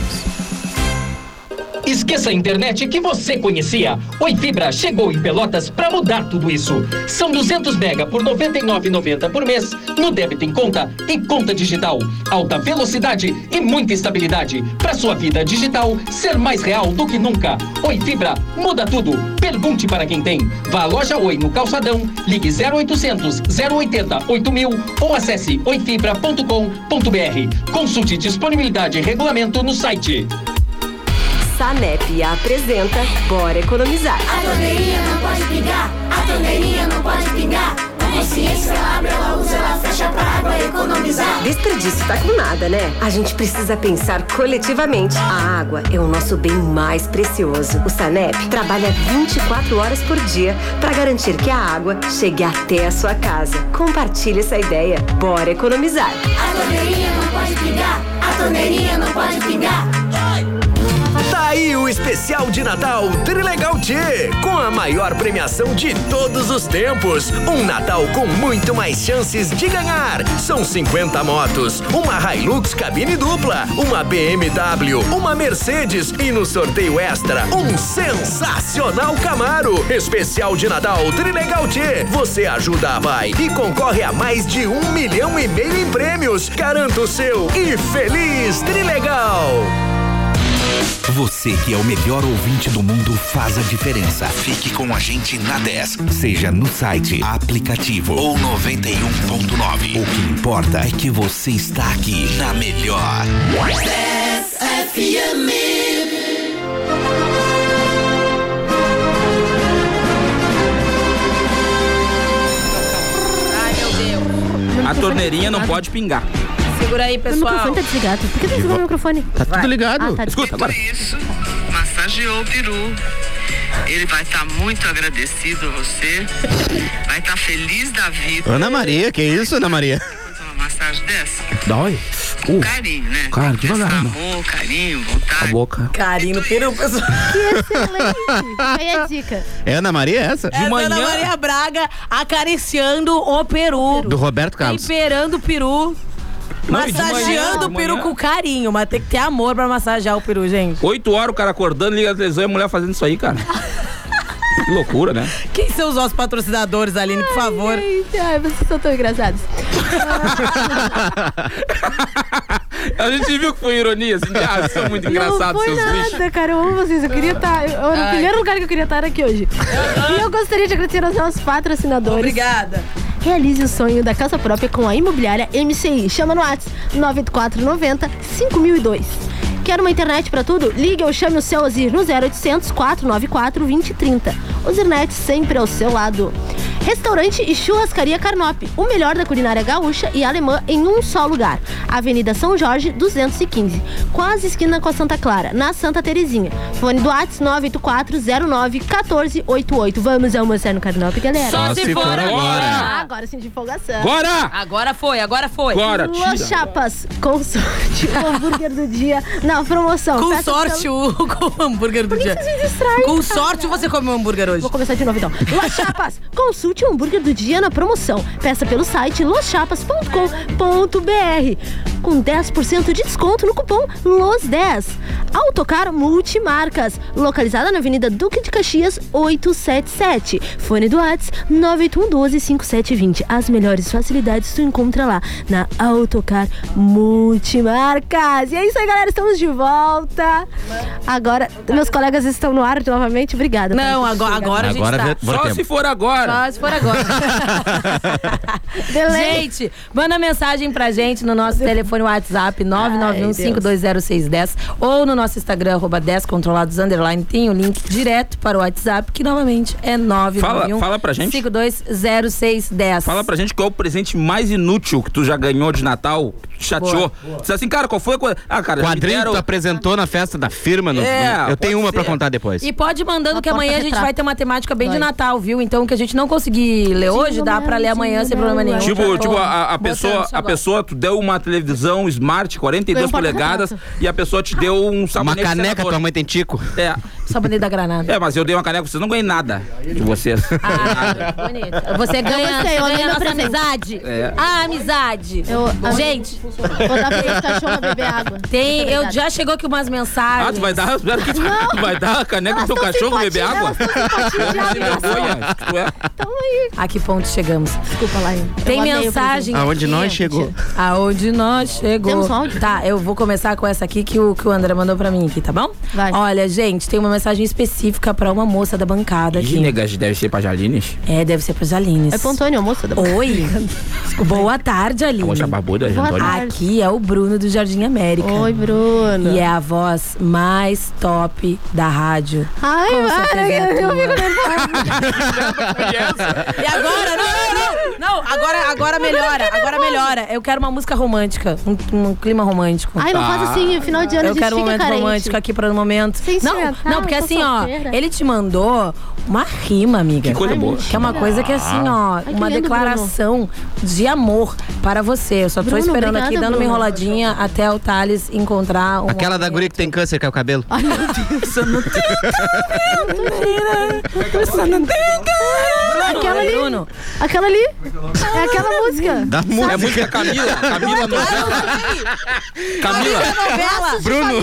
Speaker 15: Esqueça a internet que você conhecia. Oi Fibra chegou em Pelotas para mudar tudo isso. São 200 mega por R$ 99,90 por mês no débito em conta e conta digital. Alta velocidade e muita estabilidade para sua vida digital ser mais real do que nunca. Oi Fibra muda tudo. Pergunte para quem tem. Vá à loja Oi no Calçadão, ligue 0800 080 8000 ou acesse oifibra.com.br. Consulte disponibilidade e regulamento no site.
Speaker 13: Sanep apresenta Bora Economizar.
Speaker 16: A torneirinha não pode pingar, a torneirinha não pode pingar. A consciência ela abre, ela usa, ela fecha pra água economizar.
Speaker 13: Desperdício tá com nada, né? A gente precisa pensar coletivamente. A água é o nosso bem mais precioso. O Sanep trabalha 24 horas por dia para garantir que a água chegue até a sua casa. Compartilhe essa ideia. Bora economizar.
Speaker 16: A torneirinha não pode pingar, a torneirinha não pode pingar.
Speaker 8: Tá aí o especial de Natal Trilegal T, com a maior premiação de todos os tempos. Um Natal com muito mais chances de ganhar. São 50 motos, uma Hilux cabine dupla, uma BMW, uma Mercedes e no sorteio extra, um sensacional Camaro. Especial de Natal Trilegal T. Você ajuda a Pai e concorre a mais de um milhão e meio em prêmios. Garanto o seu e feliz Trilegal!
Speaker 17: Você que é o melhor ouvinte do mundo faz a diferença. Fique com a gente na 10, seja no site, aplicativo ou 91.9. O que importa é que você está aqui na melhor.
Speaker 16: 10 FM.
Speaker 4: Ai, meu Deus.
Speaker 5: A torneirinha não pode pingar.
Speaker 4: Segura aí,
Speaker 6: O microfone
Speaker 4: pessoal.
Speaker 6: tá desligado. Por que tá desligando o microfone?
Speaker 5: Tá tudo ligado.
Speaker 6: Ah, tá
Speaker 5: Escuta, agora.
Speaker 18: Isso, massageou o peru. Ele vai estar muito agradecido a você. Vai estar feliz da vida.
Speaker 7: Ana Maria, que isso, Ana Maria?
Speaker 18: Uma massagem dessa.
Speaker 7: Dói?
Speaker 18: Com carinho, né?
Speaker 7: Cara, devagar, não.
Speaker 18: Amor, carinho, vontade.
Speaker 7: A boca.
Speaker 4: Carinho no peru, pessoal.
Speaker 6: Foi a dica.
Speaker 7: É Ana Maria essa?
Speaker 4: De Ana Maria Braga acariciando o peru.
Speaker 7: Do Roberto Carlos.
Speaker 4: Temperando o peru.
Speaker 5: Não, e de manhã,
Speaker 4: Massageando
Speaker 5: de
Speaker 4: o peru
Speaker 5: manhã.
Speaker 4: com carinho, mas tem que ter amor pra massagear o peru, gente.
Speaker 5: Oito horas o cara acordando, liga a televisão e a mulher fazendo isso aí, cara. que loucura, né?
Speaker 4: Quem são os nossos patrocinadores, Aline, por favor?
Speaker 6: Ai, ai, vocês são tão engraçados.
Speaker 5: A gente viu que foi ironia, assim, de, ah, são muito engraçados
Speaker 6: não foi
Speaker 5: seus bichos.
Speaker 6: nada, cara. Eu amo vocês. Eu queria estar. eu- era o
Speaker 4: Ai.
Speaker 6: primeiro lugar que eu queria estar era aqui hoje. E eu gostaria de agradecer aos nossos patrocinadores.
Speaker 4: Obrigada.
Speaker 6: Realize o sonho da casa própria com a imobiliária MCI. Chama no WhatsApp 9490 5002. Quer uma internet pra tudo? Ligue ou chame o seu Ozir no 0800 494 2030. Ozirnet sempre ao seu lado. Restaurante e churrascaria Carnop, o melhor da culinária gaúcha e alemã em um só lugar. Avenida São Jorge, 215, quase esquina com a Santa Clara, na Santa Terezinha. Fone do Whats 984091488. Vamos almoçar no Carnop, galera.
Speaker 4: Só Só se se for for agora. agora.
Speaker 6: Ah, Tá agora sim de empolgação.
Speaker 4: Agora foi, agora foi.
Speaker 6: Luas Chapas, consorte, o hambúrguer do dia na promoção.
Speaker 4: Com sorte, o, com o hambúrguer do dia.
Speaker 6: tá
Speaker 4: Com sorte você come um hambúrguer hoje. Vou
Speaker 6: começar de novo então. Luas Chapas, consulte o hambúrguer do dia na promoção. Peça pelo site loschapas.com.br com 10% de desconto no cupom LOS10. Autocar Multimarcas, localizada na Avenida Duque de Caxias 877. Fone do Whats 981125720. As melhores facilidades tu encontra lá na Autocar Multimarcas. E é isso aí, galera, estamos de volta. Agora, meus colegas estão no ar novamente. Obrigada.
Speaker 4: Não,
Speaker 6: Patrícia.
Speaker 4: agora, agora a gente
Speaker 7: Agora
Speaker 4: tá.
Speaker 7: vê- bora Só tempo. se
Speaker 5: for agora.
Speaker 4: Só se for agora.
Speaker 6: Delay.
Speaker 4: gente, manda mensagem pra gente no nosso telefone WhatsApp 991-520610 ou no nosso Instagram, arroba 10 controlados underline. Tem o link direto para o WhatsApp, que novamente é 991
Speaker 5: fala pra gente.
Speaker 4: 520610.
Speaker 5: Fala pra gente qual é o presente mais inútil que tu já ganhou de Natal, que te chateou.
Speaker 4: Boa,
Speaker 5: Tu Diz assim, cara, qual foi a coisa. Ah, cara, já me
Speaker 7: Quadrinho tá que
Speaker 5: deram-
Speaker 7: tu apresentou na festa da firma. No,
Speaker 5: É,
Speaker 7: no- eu tenho uma pra contar depois.
Speaker 4: E pode ir mandando que amanhã a gente
Speaker 6: porta-retrato.
Speaker 4: vai ter uma temática bem de
Speaker 6: Vai.
Speaker 4: Natal, viu? Então, o que a gente não conseguir ler hoje, dá pra ler amanhã sem problema nenhum.
Speaker 5: Tipo,
Speaker 4: Tá
Speaker 5: tipo
Speaker 4: bom.
Speaker 5: a- a, a
Speaker 4: Botando
Speaker 5: pessoa,
Speaker 4: isso
Speaker 5: a
Speaker 4: agora.
Speaker 5: pessoa, tu deu uma televisão smart, 42
Speaker 4: Ganhou um
Speaker 5: polegadas, e a pessoa te deu um sabonete.
Speaker 7: caneca,
Speaker 5: senador.
Speaker 7: tua mãe tem tico.
Speaker 5: É.
Speaker 4: sabonete da Granada.
Speaker 5: É, mas eu dei uma caneca, vocês não ganham nada de vocês.
Speaker 4: Ah,
Speaker 6: gostei,
Speaker 4: Você ganha, você
Speaker 6: eu
Speaker 4: ganha
Speaker 6: dei
Speaker 4: a
Speaker 6: meu
Speaker 4: nossa
Speaker 6: presente.
Speaker 4: amizade.
Speaker 5: É.
Speaker 4: A amizade. Gente. Vou dar pra cachorro beber água.
Speaker 6: É
Speaker 4: Tem, eu já chegou aqui umas mensagens.
Speaker 5: Ah, tu vai dar? Espera que tu vai dar a caneca pro teu
Speaker 4: Elas tão
Speaker 5: cachorro
Speaker 4: sem
Speaker 5: beber
Speaker 4: potinho,
Speaker 5: água? é
Speaker 4: elas tão sem potinho de água. A que ponto chegamos? Desculpa, Laine. Tem
Speaker 6: amei o
Speaker 4: mensagem.
Speaker 6: presente.
Speaker 7: Aonde
Speaker 4: aqui.
Speaker 7: nós chegou.
Speaker 4: Aonde nós chegou.
Speaker 6: Temos um áudio?
Speaker 4: Tá, eu vou começar com essa aqui que o, que o André mandou pra mim aqui, tá bom? Vai. Olha, gente, tem uma mensagem específica pra uma moça da bancada aqui.
Speaker 5: Que negas deve ser pra Jalines?
Speaker 4: É, deve ser pras Alines.
Speaker 6: É pro Antônio, a moça da
Speaker 4: Oi. Boa tarde, Aline.
Speaker 5: Moça barbuda,
Speaker 4: Boa
Speaker 5: Antônio.
Speaker 4: tarde. Aqui é o Bruno do Jardim América. Oi,
Speaker 6: Bruno.
Speaker 4: E é a voz mais top da rádio.
Speaker 6: Ai,
Speaker 4: Como se
Speaker 6: ai,
Speaker 4: apresenta
Speaker 6: eu
Speaker 4: uma-
Speaker 6: fico nervosa.
Speaker 4: E agora, não, não, não. Não, agora, agora melhora, agora melhora. Eu quero uma música romântica, um, um clima romântico.
Speaker 6: Ai, não Tá. faz assim, final de ano a
Speaker 4: Eu
Speaker 6: gente
Speaker 4: quero um
Speaker 6: fica
Speaker 4: momento
Speaker 6: carente.
Speaker 4: romântico aqui para o momento.
Speaker 6: Sem
Speaker 4: não,
Speaker 6: instrumental,
Speaker 4: não, porque
Speaker 6: eu tô
Speaker 4: assim,
Speaker 6: solteira.
Speaker 4: ó, ele te mandou uma rima, amiga.
Speaker 5: Que coisa Ai, boa.
Speaker 4: Que é uma coisa que é assim, ó,
Speaker 6: Ai, que
Speaker 4: uma
Speaker 6: lindo,
Speaker 4: declaração de amor para você. Eu só tô
Speaker 6: Bruno,
Speaker 4: esperando aqui,
Speaker 6: obrigada,
Speaker 4: dando uma
Speaker 6: Bruno.
Speaker 4: enroladinha até o Thales encontrar um
Speaker 7: Aquela da guria que tem câncer, que é o cabelo.
Speaker 4: Ai, meu Deus, eu não tenho
Speaker 6: Aquela ali.
Speaker 4: Bruno.
Speaker 6: Aquela ali. É aquela música.
Speaker 7: Da música.
Speaker 5: É música Camila. Camila novela. Camila.
Speaker 4: novela.
Speaker 5: Bruno.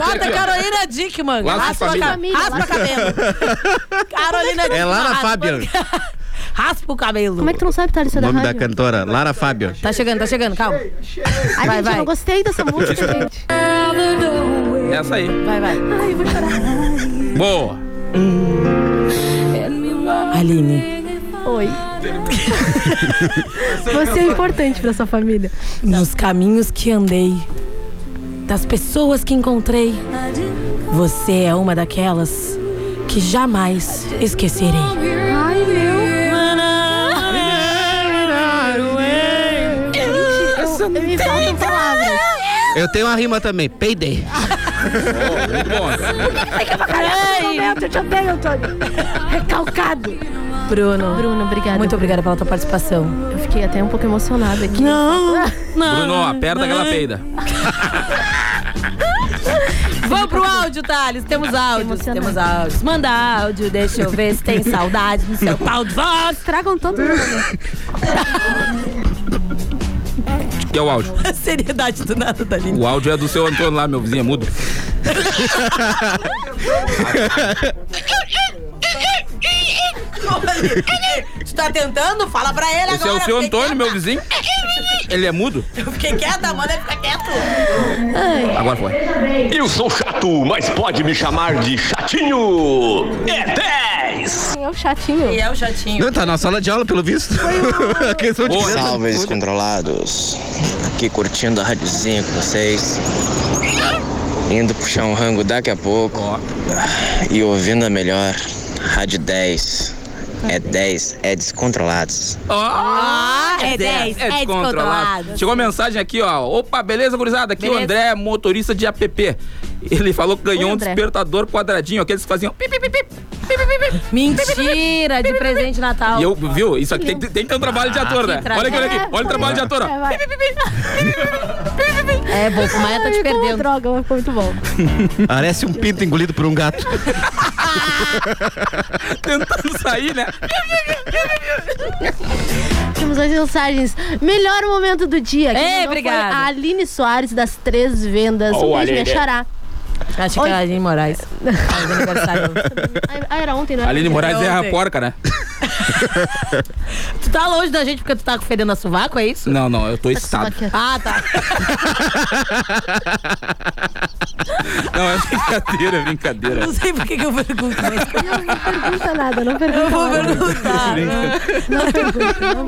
Speaker 4: Bota Carolina Dickman.
Speaker 5: Laços de
Speaker 4: Raspa,
Speaker 5: família.
Speaker 4: família. raspa cabelo. Carolina Dickman.
Speaker 7: É Lara
Speaker 4: raspa-
Speaker 7: Fabian.
Speaker 4: Raspa o cabelo. Como é
Speaker 6: que tá tu não sabe, Thales,
Speaker 7: O nome da cantora, Lara Fábio.
Speaker 4: Tá chegando, tá chegando, calma.
Speaker 6: Ai, gente, eu não gostei dessa música, gente.
Speaker 5: É Essa aí.
Speaker 4: Vai, vai.
Speaker 6: Ai, eu vou chorar.
Speaker 5: Boa.
Speaker 4: Aline.
Speaker 6: Oi. Você é importante pra sua família.
Speaker 4: Nos caminhos que andei, das pessoas que encontrei, você é uma daquelas que jamais esquecerei.
Speaker 6: Ai, meu. Eu, eu me faltam palavras.
Speaker 7: Eu tenho uma rima também, Payday.
Speaker 5: Muito bom.
Speaker 6: Caralho, momento, eu te odeio, Antônio. Recalcado.
Speaker 4: Bruno.
Speaker 6: Bruno, obrigada.
Speaker 4: Muito obrigada pela tua participação.
Speaker 6: Eu fiquei até um pouco emocionada aqui.
Speaker 4: Não,
Speaker 5: Bruno, aperta aquela peida.
Speaker 4: Vamos pro áudio, Thales. Temos áudios, temos áudios. Manda áudio, deixa eu ver se tem saudade no seu pau de voz.
Speaker 6: Tragam todo mundo.
Speaker 5: Que é o áudio.
Speaker 4: Seriedade do nada, tá Daline.
Speaker 5: O áudio é do seu Antônio lá, meu vizinho é mudo.
Speaker 4: Tu tá tentando? Fala pra ele
Speaker 5: Esse é o
Speaker 4: agora.
Speaker 5: seu Antônio, meu vizinho. Ele é mudo?
Speaker 4: Eu fiquei quieta, manda ele ficar quieto.
Speaker 5: Agora foi.
Speaker 19: Eu sou chato, mas pode me chamar de chatinho. É 10!
Speaker 6: E é o chatinho.
Speaker 4: E é o chatinho.
Speaker 7: Não, tá na sala de aula, pelo visto. A questão de criança.
Speaker 20: Salve, descontrolados. Aqui curtindo a rádiozinha com vocês. Indo puxar um rango daqui a pouco. E ouvindo a melhor. Rádio 10. É 10, é descontrolados.
Speaker 4: Ah, é 10, é descontrolado.
Speaker 5: Chegou uma mensagem aqui, ó. Opa, beleza, gurizada? Aqui é o
Speaker 4: Beleza.
Speaker 5: André, motorista de app. Ele falou que ganhou
Speaker 4: Oi,
Speaker 5: um
Speaker 4: André.
Speaker 5: despertador quadradinho, aqueles que faziam. pip, pip, pip, pip, pip, pip.
Speaker 4: Mentira, de presente de Natal.
Speaker 5: E eu, viu? Isso aqui tem, tem- tem que ter um trabalho
Speaker 4: Ah,
Speaker 5: de ator, né? Olha aqui, olha aqui. Olha o trabalho de ator, ó.
Speaker 4: É, bom, o Maia tá te perdendo.
Speaker 5: é
Speaker 6: Droga, ficou muito bom.
Speaker 7: Parece um pinto engolido por um gato.
Speaker 5: Tentando sair, né?
Speaker 6: Temos as mensagens. Melhor momento do dia. Quem
Speaker 4: Ei,
Speaker 6: mandou foi
Speaker 4: obrigada.
Speaker 6: A Aline Soares das Três Vendas.
Speaker 4: Ó,
Speaker 6: um beijo, minha
Speaker 4: Aline.
Speaker 6: xará.
Speaker 4: Acho que
Speaker 6: Oi.
Speaker 4: é a Aline Moraes. Faz aniversário.
Speaker 6: Ah, era ontem, não era?
Speaker 5: Aline Moraes é a
Speaker 4: Ontem.
Speaker 5: porca, né?
Speaker 4: Tu tá longe da gente porque tu tá fedendo a sovaco, é isso?
Speaker 5: Não, não, eu tô excitado.
Speaker 4: Ah, tá.
Speaker 5: Não, é brincadeira, é brincadeira.
Speaker 4: Não sei por que que eu pergunto.
Speaker 6: Não pergunta nada, não pergunta Eu vou perguntar. Não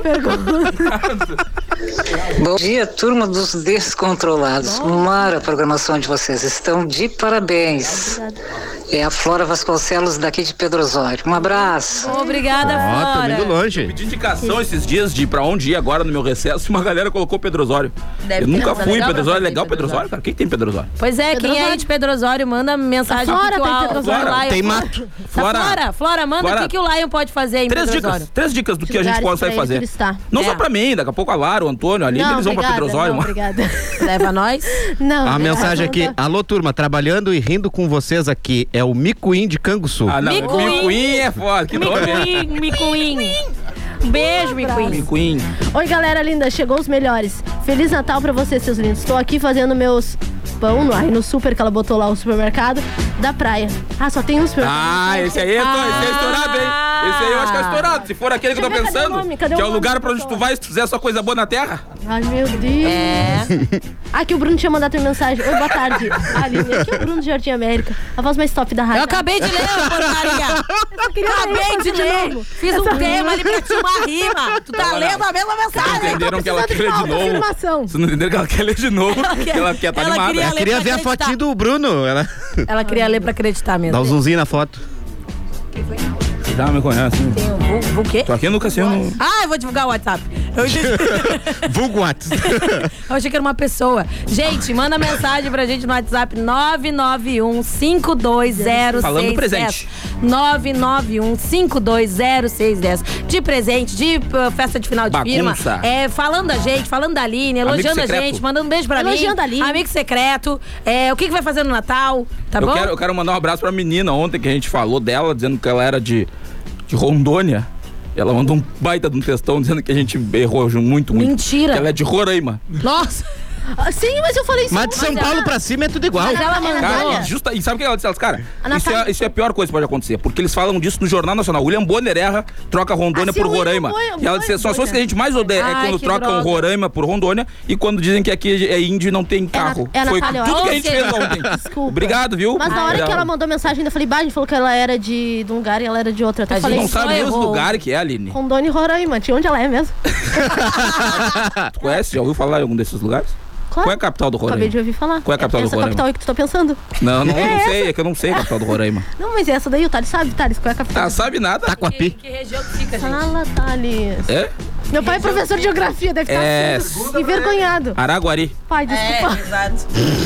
Speaker 6: pergunta, não pergunta.
Speaker 21: Bom dia, turma dos descontrolados. Mara a programação de vocês. Estão de parabéns. É a Flora Vasconcelos daqui de Pedro Osório. Um abraço.
Speaker 4: Obrigada,
Speaker 5: Ó, tô
Speaker 4: Flora.
Speaker 5: indo longe. Eu pedi indicação esses dias de pra onde ir agora no meu recesso e uma galera colocou Pedro Osório.
Speaker 4: Deve
Speaker 5: eu
Speaker 4: ter,
Speaker 5: nunca
Speaker 4: mas é
Speaker 5: fui em
Speaker 4: legal
Speaker 5: Pedro
Speaker 4: pra
Speaker 5: Osório. É
Speaker 4: fazer
Speaker 5: legal Pedro Osório, cara? Quem tem Pedro Osório?
Speaker 4: Pois é, quem é de Pedro Osório, manda mensagem.
Speaker 6: A Flora
Speaker 4: o que que
Speaker 6: tá em
Speaker 4: o-
Speaker 6: Pedro
Speaker 5: Osório. Flora,
Speaker 4: o Lion
Speaker 5: tem
Speaker 4: pode-
Speaker 5: mato.
Speaker 4: Tá,
Speaker 5: Flora.
Speaker 4: Flora, Flora, manda
Speaker 5: Flora.
Speaker 4: o que, que o Lion pode fazer em
Speaker 5: Três
Speaker 4: Pedro
Speaker 5: dicas,
Speaker 4: Osório.
Speaker 5: três dicas do que a gente
Speaker 4: Lugares pra
Speaker 5: consegue
Speaker 4: ele
Speaker 5: fazer.
Speaker 4: turistar.
Speaker 5: Não
Speaker 4: É.
Speaker 5: só pra mim, daqui a pouco a Lara, o Antônio ali,
Speaker 6: Não,
Speaker 5: eles vão pra
Speaker 6: obrigada,
Speaker 5: Pedrosório.
Speaker 6: não,
Speaker 5: mano.
Speaker 6: Obrigada.
Speaker 4: Leva nós.
Speaker 6: Não.
Speaker 7: A
Speaker 6: não,
Speaker 7: mensagem
Speaker 6: não
Speaker 7: aqui.
Speaker 6: dá.
Speaker 7: Alô, turma, trabalhando e rindo com vocês aqui. É o Micuim de Canguçu.
Speaker 5: Ah, não, Micuim. Micuim é foda, que nome, né?
Speaker 4: Micuim, Micuim. Um beijo, Micuim.
Speaker 5: Micuim.
Speaker 6: Oi, galera linda, chegou os melhores. Feliz Natal pra vocês, seus lindos. Tô aqui fazendo meus pão no, aí no super que ela botou lá, o supermercado da praia. Ah, só tem um supermercado.
Speaker 5: Ah, esse aí é, esse é estourado, hein? Esse aí eu acho que é estourado. Se for aquele que eu tô
Speaker 6: Deixa eu ver, cadê o
Speaker 5: pensando,
Speaker 6: nome? Cadê
Speaker 5: que
Speaker 6: o
Speaker 5: é o
Speaker 6: nome
Speaker 5: lugar
Speaker 6: da
Speaker 5: pra onde tu vai se tu fizer só coisa boa na terra.
Speaker 6: Ai, meu Deus.
Speaker 5: É.
Speaker 4: É.
Speaker 6: Aqui o Bruno tinha mandado uma mensagem. Oi, boa tarde. Aline, aqui é o Bruno de Jardim América. A voz mais top da
Speaker 5: É
Speaker 6: rádio.
Speaker 4: Eu acabei de ler, ô porcaria.
Speaker 6: Eu queria
Speaker 4: Acabei
Speaker 6: ler,
Speaker 4: de
Speaker 6: de
Speaker 4: ler.
Speaker 6: novo.
Speaker 4: Fiz um
Speaker 6: Essa-
Speaker 4: tema ali pra ti uma rima. Tu tá
Speaker 5: Não, não.
Speaker 4: lendo a mesma
Speaker 5: Vocês
Speaker 4: mensagem.
Speaker 5: entenderam que ela quer ler de novo.
Speaker 6: confirmação.
Speaker 5: Vocês não entenderam que ela quer ler de novo.
Speaker 4: Ela
Speaker 5: porque
Speaker 4: quer-
Speaker 5: Ela quer tá
Speaker 4: ela
Speaker 5: animada.
Speaker 4: queria
Speaker 7: Eu queria ver a tá. fotinha do Bruno. Ela...
Speaker 4: Ela queria ler pra acreditar mesmo.
Speaker 7: Dá um zoomzinho na foto.
Speaker 5: Você já me conhece. né?
Speaker 4: Tem um vul- vul quê?
Speaker 5: Tô aqui no cassino.
Speaker 4: Ah, eu vou divulgar o WhatsApp. Eu
Speaker 7: Vulgo Whats.
Speaker 4: Eu achei que era uma pessoa. Gente, manda mensagem pra gente no WhatsApp 991 520610.
Speaker 5: Falando do presente.
Speaker 4: 991 520610. De presente, de uh, festa de final de
Speaker 5: Bagunça.
Speaker 4: firma. É, falando da gente, falando da Aline, elogiando a
Speaker 5: secreto.
Speaker 4: gente, mandando um beijo pra
Speaker 6: Elogiando a
Speaker 4: mim.
Speaker 6: Aline.
Speaker 4: Amigo secreto. É, o que, que vai fazer no Natal? Tá
Speaker 5: eu,
Speaker 4: bom?
Speaker 5: Quero, eu quero mandar um abraço pra menina ontem que a gente falou dela, dizendo que ela era de, de Rondônia. Ela mandou um baita de um textão dizendo que a gente errou muito, muito.
Speaker 4: Mentira.
Speaker 5: Que ela é de Roraima.
Speaker 4: Nossa!
Speaker 6: Ah, Sim, mas eu falei isso.
Speaker 7: Mas de São
Speaker 6: ontem.
Speaker 7: Paulo pra cima é tudo igual.
Speaker 6: Mas ela mandou.
Speaker 5: Cara,
Speaker 6: Olha.
Speaker 5: e justa, e sabe o que ela disse? Elas, cara,
Speaker 6: A
Speaker 5: isso é,
Speaker 6: Natália-
Speaker 5: isso é a pior coisa que pode acontecer. Porque eles falam disso no Jornal Nacional. William Bonner erra, troca Rondônia
Speaker 6: Ah, sim,
Speaker 5: por
Speaker 6: o William
Speaker 5: Roraima.
Speaker 6: Bonner-
Speaker 5: e ela disse, são as coisas que a gente mais odeia é
Speaker 4: Ai,
Speaker 5: quando
Speaker 4: que
Speaker 5: trocam
Speaker 4: droga.
Speaker 5: Roraima por Rondônia e quando dizem que aqui é índio e não tem carro.
Speaker 6: é a
Speaker 5: Foi
Speaker 6: Natália,
Speaker 5: tudo
Speaker 6: ó.
Speaker 5: que a gente
Speaker 6: Ou
Speaker 5: fez
Speaker 6: seja,
Speaker 5: ontem.
Speaker 6: desculpa.
Speaker 5: Obrigado, viu?
Speaker 6: Mas na hora que
Speaker 5: Obrigado.
Speaker 6: ela mandou mensagem, ainda falei, bah, a gente falou que ela era de, de um lugar e ela era de outro. Eu Até
Speaker 4: A gente
Speaker 6: falei
Speaker 5: Não
Speaker 6: isso.
Speaker 5: sabe nem os
Speaker 4: errou.
Speaker 5: lugares que é, Aline.
Speaker 6: Rondônia e Roraima, de onde ela é mesmo?
Speaker 5: Tu conhece? Já ouviu falar em algum desses lugares?
Speaker 6: Claro.
Speaker 5: Qual é a capital do
Speaker 6: Acabei
Speaker 5: Roraima?
Speaker 6: de ouvir falar.
Speaker 5: Qual é a capital do
Speaker 6: essa
Speaker 5: Roraima?
Speaker 6: capital aí que tu tá pensando?
Speaker 5: Não, não,
Speaker 6: É
Speaker 5: não
Speaker 6: essa.
Speaker 5: sei, é que eu não sei a capital do Roraima.
Speaker 6: Não, mas é essa daí, o Thales sabe, Thales, qual é a capital?
Speaker 5: Ah, sabe nada?
Speaker 7: Taquapi.
Speaker 4: Que região que fica, gente?
Speaker 6: Fala, Thales.
Speaker 5: É?
Speaker 6: Meu pai é professor de geografia, deve estar
Speaker 5: É.
Speaker 6: sendo envergonhado.
Speaker 5: Araguari.
Speaker 6: Pai,
Speaker 4: É,
Speaker 6: desculpa.
Speaker 4: exato.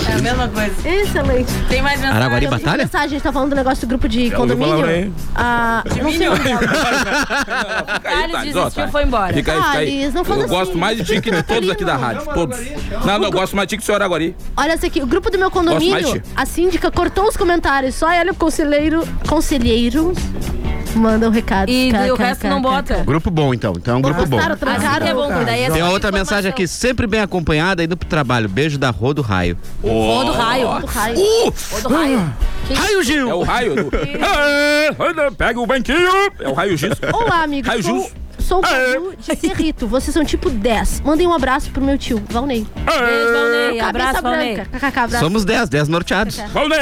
Speaker 4: É a mesma coisa.
Speaker 6: Excelente.
Speaker 4: Tem mais mensagem?
Speaker 7: Araguari
Speaker 6: Eu vi
Speaker 7: Batalha?
Speaker 6: mensagem, a gente tá falando do negócio do grupo de
Speaker 5: Já ouviu
Speaker 6: condomínio.
Speaker 5: falar, né?
Speaker 6: Ah, não sei o nome dela.
Speaker 5: Fica aí,
Speaker 4: Thales
Speaker 5: Thales, ó,
Speaker 4: desistiu,
Speaker 5: Thales.
Speaker 4: foi embora.
Speaker 5: Fica aí, fica aí.
Speaker 6: Thales, não faz
Speaker 5: Eu
Speaker 6: assim.
Speaker 5: gosto mais de ti que de todos aqui da rádio. Todos. Não, não, eu gosto mais de ti que o senhor Araguari.
Speaker 6: Olha essa aqui, o grupo do meu
Speaker 5: Gosto
Speaker 6: condomínio,
Speaker 5: mais,
Speaker 6: a síndica cortou os comentários. Só ela e o conselheiro, conselheiro manda um recado.
Speaker 4: E
Speaker 6: Cá,
Speaker 4: o
Speaker 6: cá,
Speaker 4: resto
Speaker 6: cá,
Speaker 4: não
Speaker 6: cá,
Speaker 4: bota.
Speaker 7: Grupo bom, então. Então é um grupo bom.
Speaker 6: Gostaram,
Speaker 4: Assim que é
Speaker 6: trancaram.
Speaker 4: bom, porque daí é
Speaker 7: Tem
Speaker 4: só
Speaker 7: uma outra
Speaker 4: informação.
Speaker 7: mensagem aqui, sempre bem acompanhada, indo pro trabalho. Beijo da Rô do Raio.
Speaker 4: Ô, do raio. Ô, do raio. Ô, do raio.
Speaker 7: Raio Gil!
Speaker 5: É o raio do. Ah, Pega o banquinho! É o raio Gil.
Speaker 6: Olá, amigos.
Speaker 5: Raio Ah, é?
Speaker 6: sou,
Speaker 5: Gil.
Speaker 6: sou o Paulo de Cerrito. Vocês são tipo 10. Mandem um abraço pro meu tio, Valnei.
Speaker 4: Beijo, Valnei.
Speaker 6: Cabeça
Speaker 4: Abraço, Valnei.
Speaker 6: branca. KKK, abraço.
Speaker 7: Somos 10, 10 norteados.
Speaker 5: Valdei!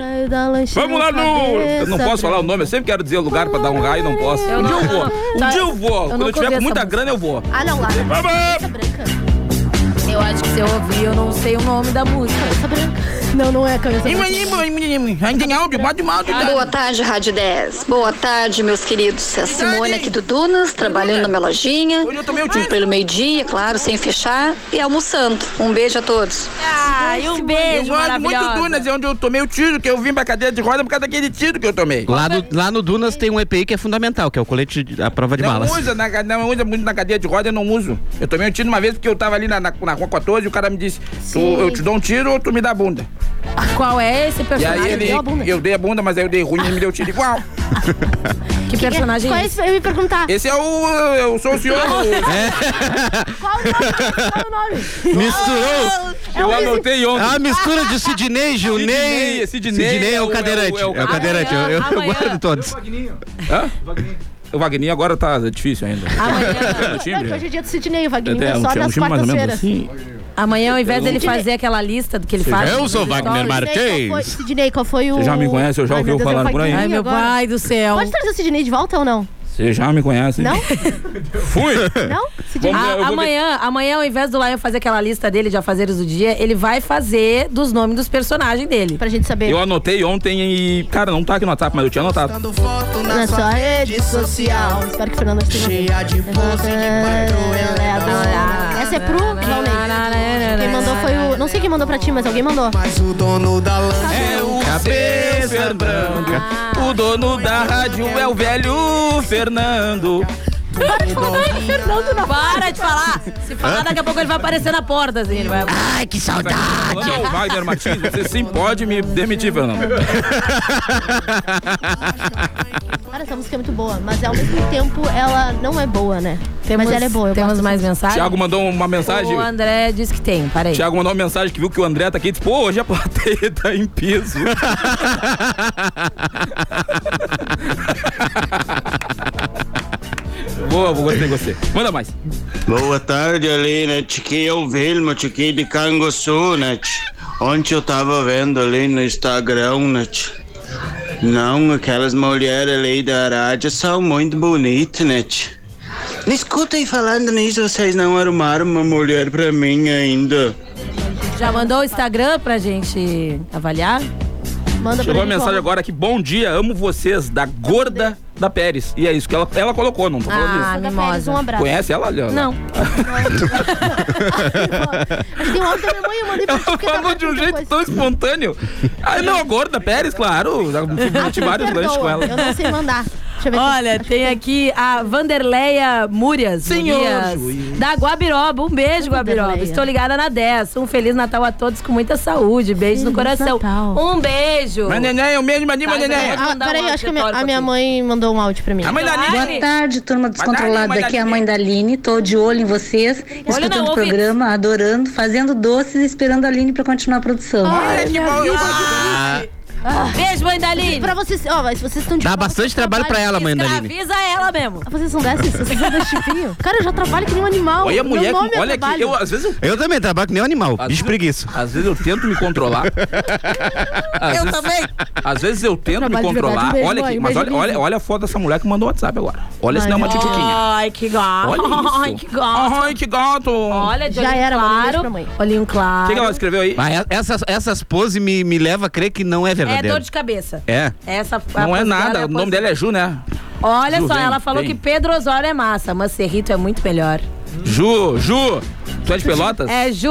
Speaker 6: Raio da lancheira,
Speaker 5: Vamos lá, Lu! Eu não
Speaker 6: cabeça
Speaker 5: posso falar o nome, eu sempre quero dizer o lugar pra dar um raio, não posso.
Speaker 4: Eu
Speaker 5: Um dia
Speaker 4: não-
Speaker 5: eu vou.
Speaker 4: Tá,
Speaker 5: Um dia eu vou.
Speaker 4: eu
Speaker 5: Quando
Speaker 4: nunca
Speaker 5: eu tiver
Speaker 4: ouvi
Speaker 5: com
Speaker 4: essa
Speaker 5: muita
Speaker 4: música.
Speaker 5: grana, eu vou.
Speaker 6: Ah, não, lá. na
Speaker 5: Vamos!
Speaker 6: Cabeça branca.
Speaker 4: Eu acho que se eu ouvir, eu não sei o nome da música.
Speaker 6: Cabeça Tá branca. Não, não é cabeça branca.
Speaker 5: Ainda tem áudio, bate áudio.
Speaker 9: Boa tarde, Rádio 10. Boa tarde, meus queridos. É a Simone aqui do Dunas, trabalhando na minha lojinha. Pelo meio-dia, claro, sem fechar. E almoçando. Um beijo a todos.
Speaker 4: Ah, e um beijo né?
Speaker 5: Eu ando muito
Speaker 4: maravilhoso.
Speaker 5: Dunas, é onde eu tomei o tiro, que eu vim pra cadeira de roda por causa daquele tiro que eu tomei.
Speaker 7: Lá no, lá no Dunas tem um EPI que é fundamental, que é o colete de- a prova de
Speaker 5: Não
Speaker 7: balas.
Speaker 5: usa, na, ca- não usa muito na cadeia de roda, eu não uso. Eu tomei um tiro uma vez porque eu tava ali na, na, na rua 14 e o cara me disse: tu,
Speaker 6: Sim.
Speaker 5: Eu te dou um tiro ou tu me dá a bunda?
Speaker 4: Qual é
Speaker 5: E
Speaker 4: esse
Speaker 5: aí
Speaker 4: personagem?
Speaker 5: ele.
Speaker 6: deu a bunda.
Speaker 5: Eu dei a bunda, mas aí eu dei ruim e ele me deu tiro igual.
Speaker 4: Que personagem
Speaker 6: Qual é
Speaker 4: é esse?
Speaker 6: esse? Eu ia me perguntar.
Speaker 5: Esse é o. Eu sou o senhor.
Speaker 6: Qual o nome? Qual o nome? É um
Speaker 7: Misturou!
Speaker 5: eu anotei ontem.
Speaker 7: Ah, mistura de Sidney, Junei.
Speaker 5: Sidney, Sidney
Speaker 7: é
Speaker 5: é
Speaker 7: o
Speaker 5: o-
Speaker 7: cadeirante.
Speaker 5: é
Speaker 7: É
Speaker 5: o- é o
Speaker 7: o cadeirante, eu, eu- eu
Speaker 4: Amanhã,
Speaker 7: guardo todos.
Speaker 5: Hã? O Wagner agora tá difícil ainda.
Speaker 4: Amanhã,
Speaker 5: No timbre.
Speaker 6: Hoje é dia do Sidney, o Wagner
Speaker 5: É,
Speaker 6: é
Speaker 5: um
Speaker 6: só
Speaker 5: time- um
Speaker 6: nas
Speaker 5: time mais ou menos
Speaker 6: quartas-feiras.
Speaker 5: assim.
Speaker 4: amanhã, ao invés dele
Speaker 6: Sidney.
Speaker 4: fazer aquela lista do que ele faz.
Speaker 7: Eu sou
Speaker 4: dos
Speaker 7: Wagner
Speaker 4: stories,
Speaker 7: Mar-
Speaker 6: Sidney, qual foi- Sidney, qual foi o...
Speaker 5: Você já me conhece, eu já
Speaker 6: Ai,
Speaker 5: ouvi
Speaker 6: meu Deus, é o
Speaker 5: falar por aí.
Speaker 6: Wagner
Speaker 4: Ai, meu
Speaker 6: agora.
Speaker 4: pai é um- do céu.
Speaker 6: Pode trazer o Sidney de volta ou não?
Speaker 5: Você já me conhece, hein?
Speaker 6: Não?
Speaker 5: Fui!
Speaker 6: Não? Sidney?
Speaker 5: Vamos- eu
Speaker 4: A-
Speaker 5: vou
Speaker 4: Ah, amanhã, amanhã, ao invés do Lion fazer aquela lista dele de afazeres do dia, ele vai fazer dos nomes dos personagens dele.
Speaker 6: Pra gente saber.
Speaker 5: Eu anotei ontem e. Cara, não tá aqui no WhatsApp, mas eu tinha anotado.
Speaker 22: foto
Speaker 6: Na sua rede social. Espero que o Fernando esteja Cheia de é Essa é pro Valnei. Quem mandou foi o... Não sei quem mandou pra ti, mas alguém mandou.
Speaker 22: Mas o dono da lança
Speaker 5: É o cabeça branca. O dono da rádio é o velho Fernando.
Speaker 6: Para de falar em Fernando Navarro.
Speaker 4: Para de falar. Se falar, daqui a pouco ele vai aparecer na porta, assim. Ele vai...
Speaker 6: Ai, que saudade.
Speaker 5: Não, Wagner Martins, você sim pode me demitir, Fernando.
Speaker 6: Cara, essa música é muito boa, mas ao mesmo tempo ela não é boa, né?
Speaker 4: Temos-
Speaker 6: mas ela é boa. Eu
Speaker 4: Temos
Speaker 6: gosto
Speaker 4: mais mensagens?
Speaker 5: Tiago mandou uma mensagem.
Speaker 4: O André disse que tem, parei.
Speaker 5: Tiago mandou uma mensagem que viu que o André tá aqui e disse: pô, hoje a plateia tá em peso. Boa, vou gostei, gostei. Manda mais.
Speaker 3: Boa tarde, Alinete. Aqui é o Vilma, aqui de Canguçu, né? Ontem eu tava vendo ali no Instagram, né? Não, aquelas mulheres ali da Arádia são muito bonitas, né? Me escutem falando nisso, vocês não arrumaram uma mulher pra mim ainda.
Speaker 4: Já mandou o Instagram pra gente avaliar? Manda
Speaker 5: Chegou a mensagem agora aqui: bom dia, amo vocês, da gorda da Pérez. E é isso que ela, ela colocou, não tô falando
Speaker 4: Ah,
Speaker 5: isso.
Speaker 4: mimosa.
Speaker 6: um abraço.
Speaker 5: Conhece ela, Leandro?
Speaker 6: Não. Acho que tem um áudio da minha mãe, eu mandei pra ti.
Speaker 5: Ela
Speaker 6: porque tava
Speaker 5: falou de um
Speaker 6: muita
Speaker 5: jeito
Speaker 6: coisa.
Speaker 5: tão espontâneo. Ah, não, a gorda Pérez, claro. Já tive vários
Speaker 6: Perdoa,
Speaker 5: lanches com ela.
Speaker 6: Eu não sei mandar. Deixa eu ver aqui.
Speaker 4: Olha, tem aqui a Vanderleia Múrias.
Speaker 6: Senhor
Speaker 4: Murias,
Speaker 6: juiz.
Speaker 4: da Guabiroba. Um beijo, Guabiroba.
Speaker 6: Vanderleia.
Speaker 4: Estou ligada na 10. Um feliz Natal a todos com muita saúde. Beijo no coração. Um beijo.
Speaker 5: Mas, neném, um beijo,
Speaker 4: Tá, eu vou
Speaker 6: Ah,
Speaker 4: mandar
Speaker 6: peraí,
Speaker 4: um
Speaker 6: acho que a minha,
Speaker 4: áudio
Speaker 6: a minha mãe mandou um áudio pra mim.
Speaker 5: Ah,
Speaker 4: A mãe da Aline.
Speaker 22: Boa tarde, turma
Speaker 6: Mãe da
Speaker 22: descontrolada.
Speaker 6: Aline,
Speaker 22: Aqui é a mãe da Aline. Tô de olho em vocês, escutando o programa, adorando, fazendo doces e esperando a Aline pra continuar a produção.
Speaker 6: Ai,
Speaker 5: é
Speaker 6: minha vida.
Speaker 7: Ah,
Speaker 4: Beijo, mãe Daline.
Speaker 6: Pra vocês, ó, mas vocês estão de
Speaker 7: Dá
Speaker 6: prova,
Speaker 7: bastante
Speaker 6: vocês
Speaker 7: trabalho pra ela, mãe da Aline.
Speaker 4: Avisa ela mesmo.
Speaker 6: Vocês são dessas? Vocês são desse tipinho? Cara, eu já trabalho que nem um animal.
Speaker 5: Olha a mulher,
Speaker 6: Meu nome
Speaker 5: que,
Speaker 6: é
Speaker 5: olha aqui,
Speaker 6: trabalho.
Speaker 5: eu às vezes eu...
Speaker 7: Eu também trabalho que nem um animal, bicho preguiça.
Speaker 5: Às vezes eu tento me controlar. Às
Speaker 4: Eu
Speaker 5: vezes-
Speaker 4: também.
Speaker 5: Às vezes eu tento me
Speaker 4: trabalho de
Speaker 5: controlar.
Speaker 4: verdade, um beijo,
Speaker 5: olha
Speaker 4: mãe,
Speaker 5: aqui,
Speaker 4: um
Speaker 5: mas
Speaker 4: beijo,
Speaker 5: olha, olha, olha a foto dessa mulher que mandou o WhatsApp agora. Olha se não é uma tchutchuquinha.
Speaker 4: Ai, que gato.
Speaker 5: Olha isso.
Speaker 4: Ai, que gato.
Speaker 5: Ai, que gato.
Speaker 4: Olha, de
Speaker 6: Já
Speaker 4: olhinho
Speaker 6: era, manda um beijo
Speaker 4: claro.
Speaker 6: pra mãe.
Speaker 4: Olhinho claro.
Speaker 7: O
Speaker 5: que ela escreveu aí?
Speaker 7: essas, essas poses me, me levam a crer que não é
Speaker 4: É
Speaker 7: verdadeiro.
Speaker 4: dor de cabeça.
Speaker 7: É.
Speaker 4: Essa a
Speaker 5: Não é
Speaker 4: pose dela
Speaker 5: nada,
Speaker 4: a
Speaker 5: o nome
Speaker 4: pose-
Speaker 5: dela é Ju, né?
Speaker 4: Olha
Speaker 5: Ju,
Speaker 4: só,
Speaker 5: vem,
Speaker 4: ela falou
Speaker 5: vem.
Speaker 4: que Pedro Osório é massa, mas Serrito é muito melhor.
Speaker 5: Ju, Ju, tu é de Pelotas?
Speaker 4: É Ju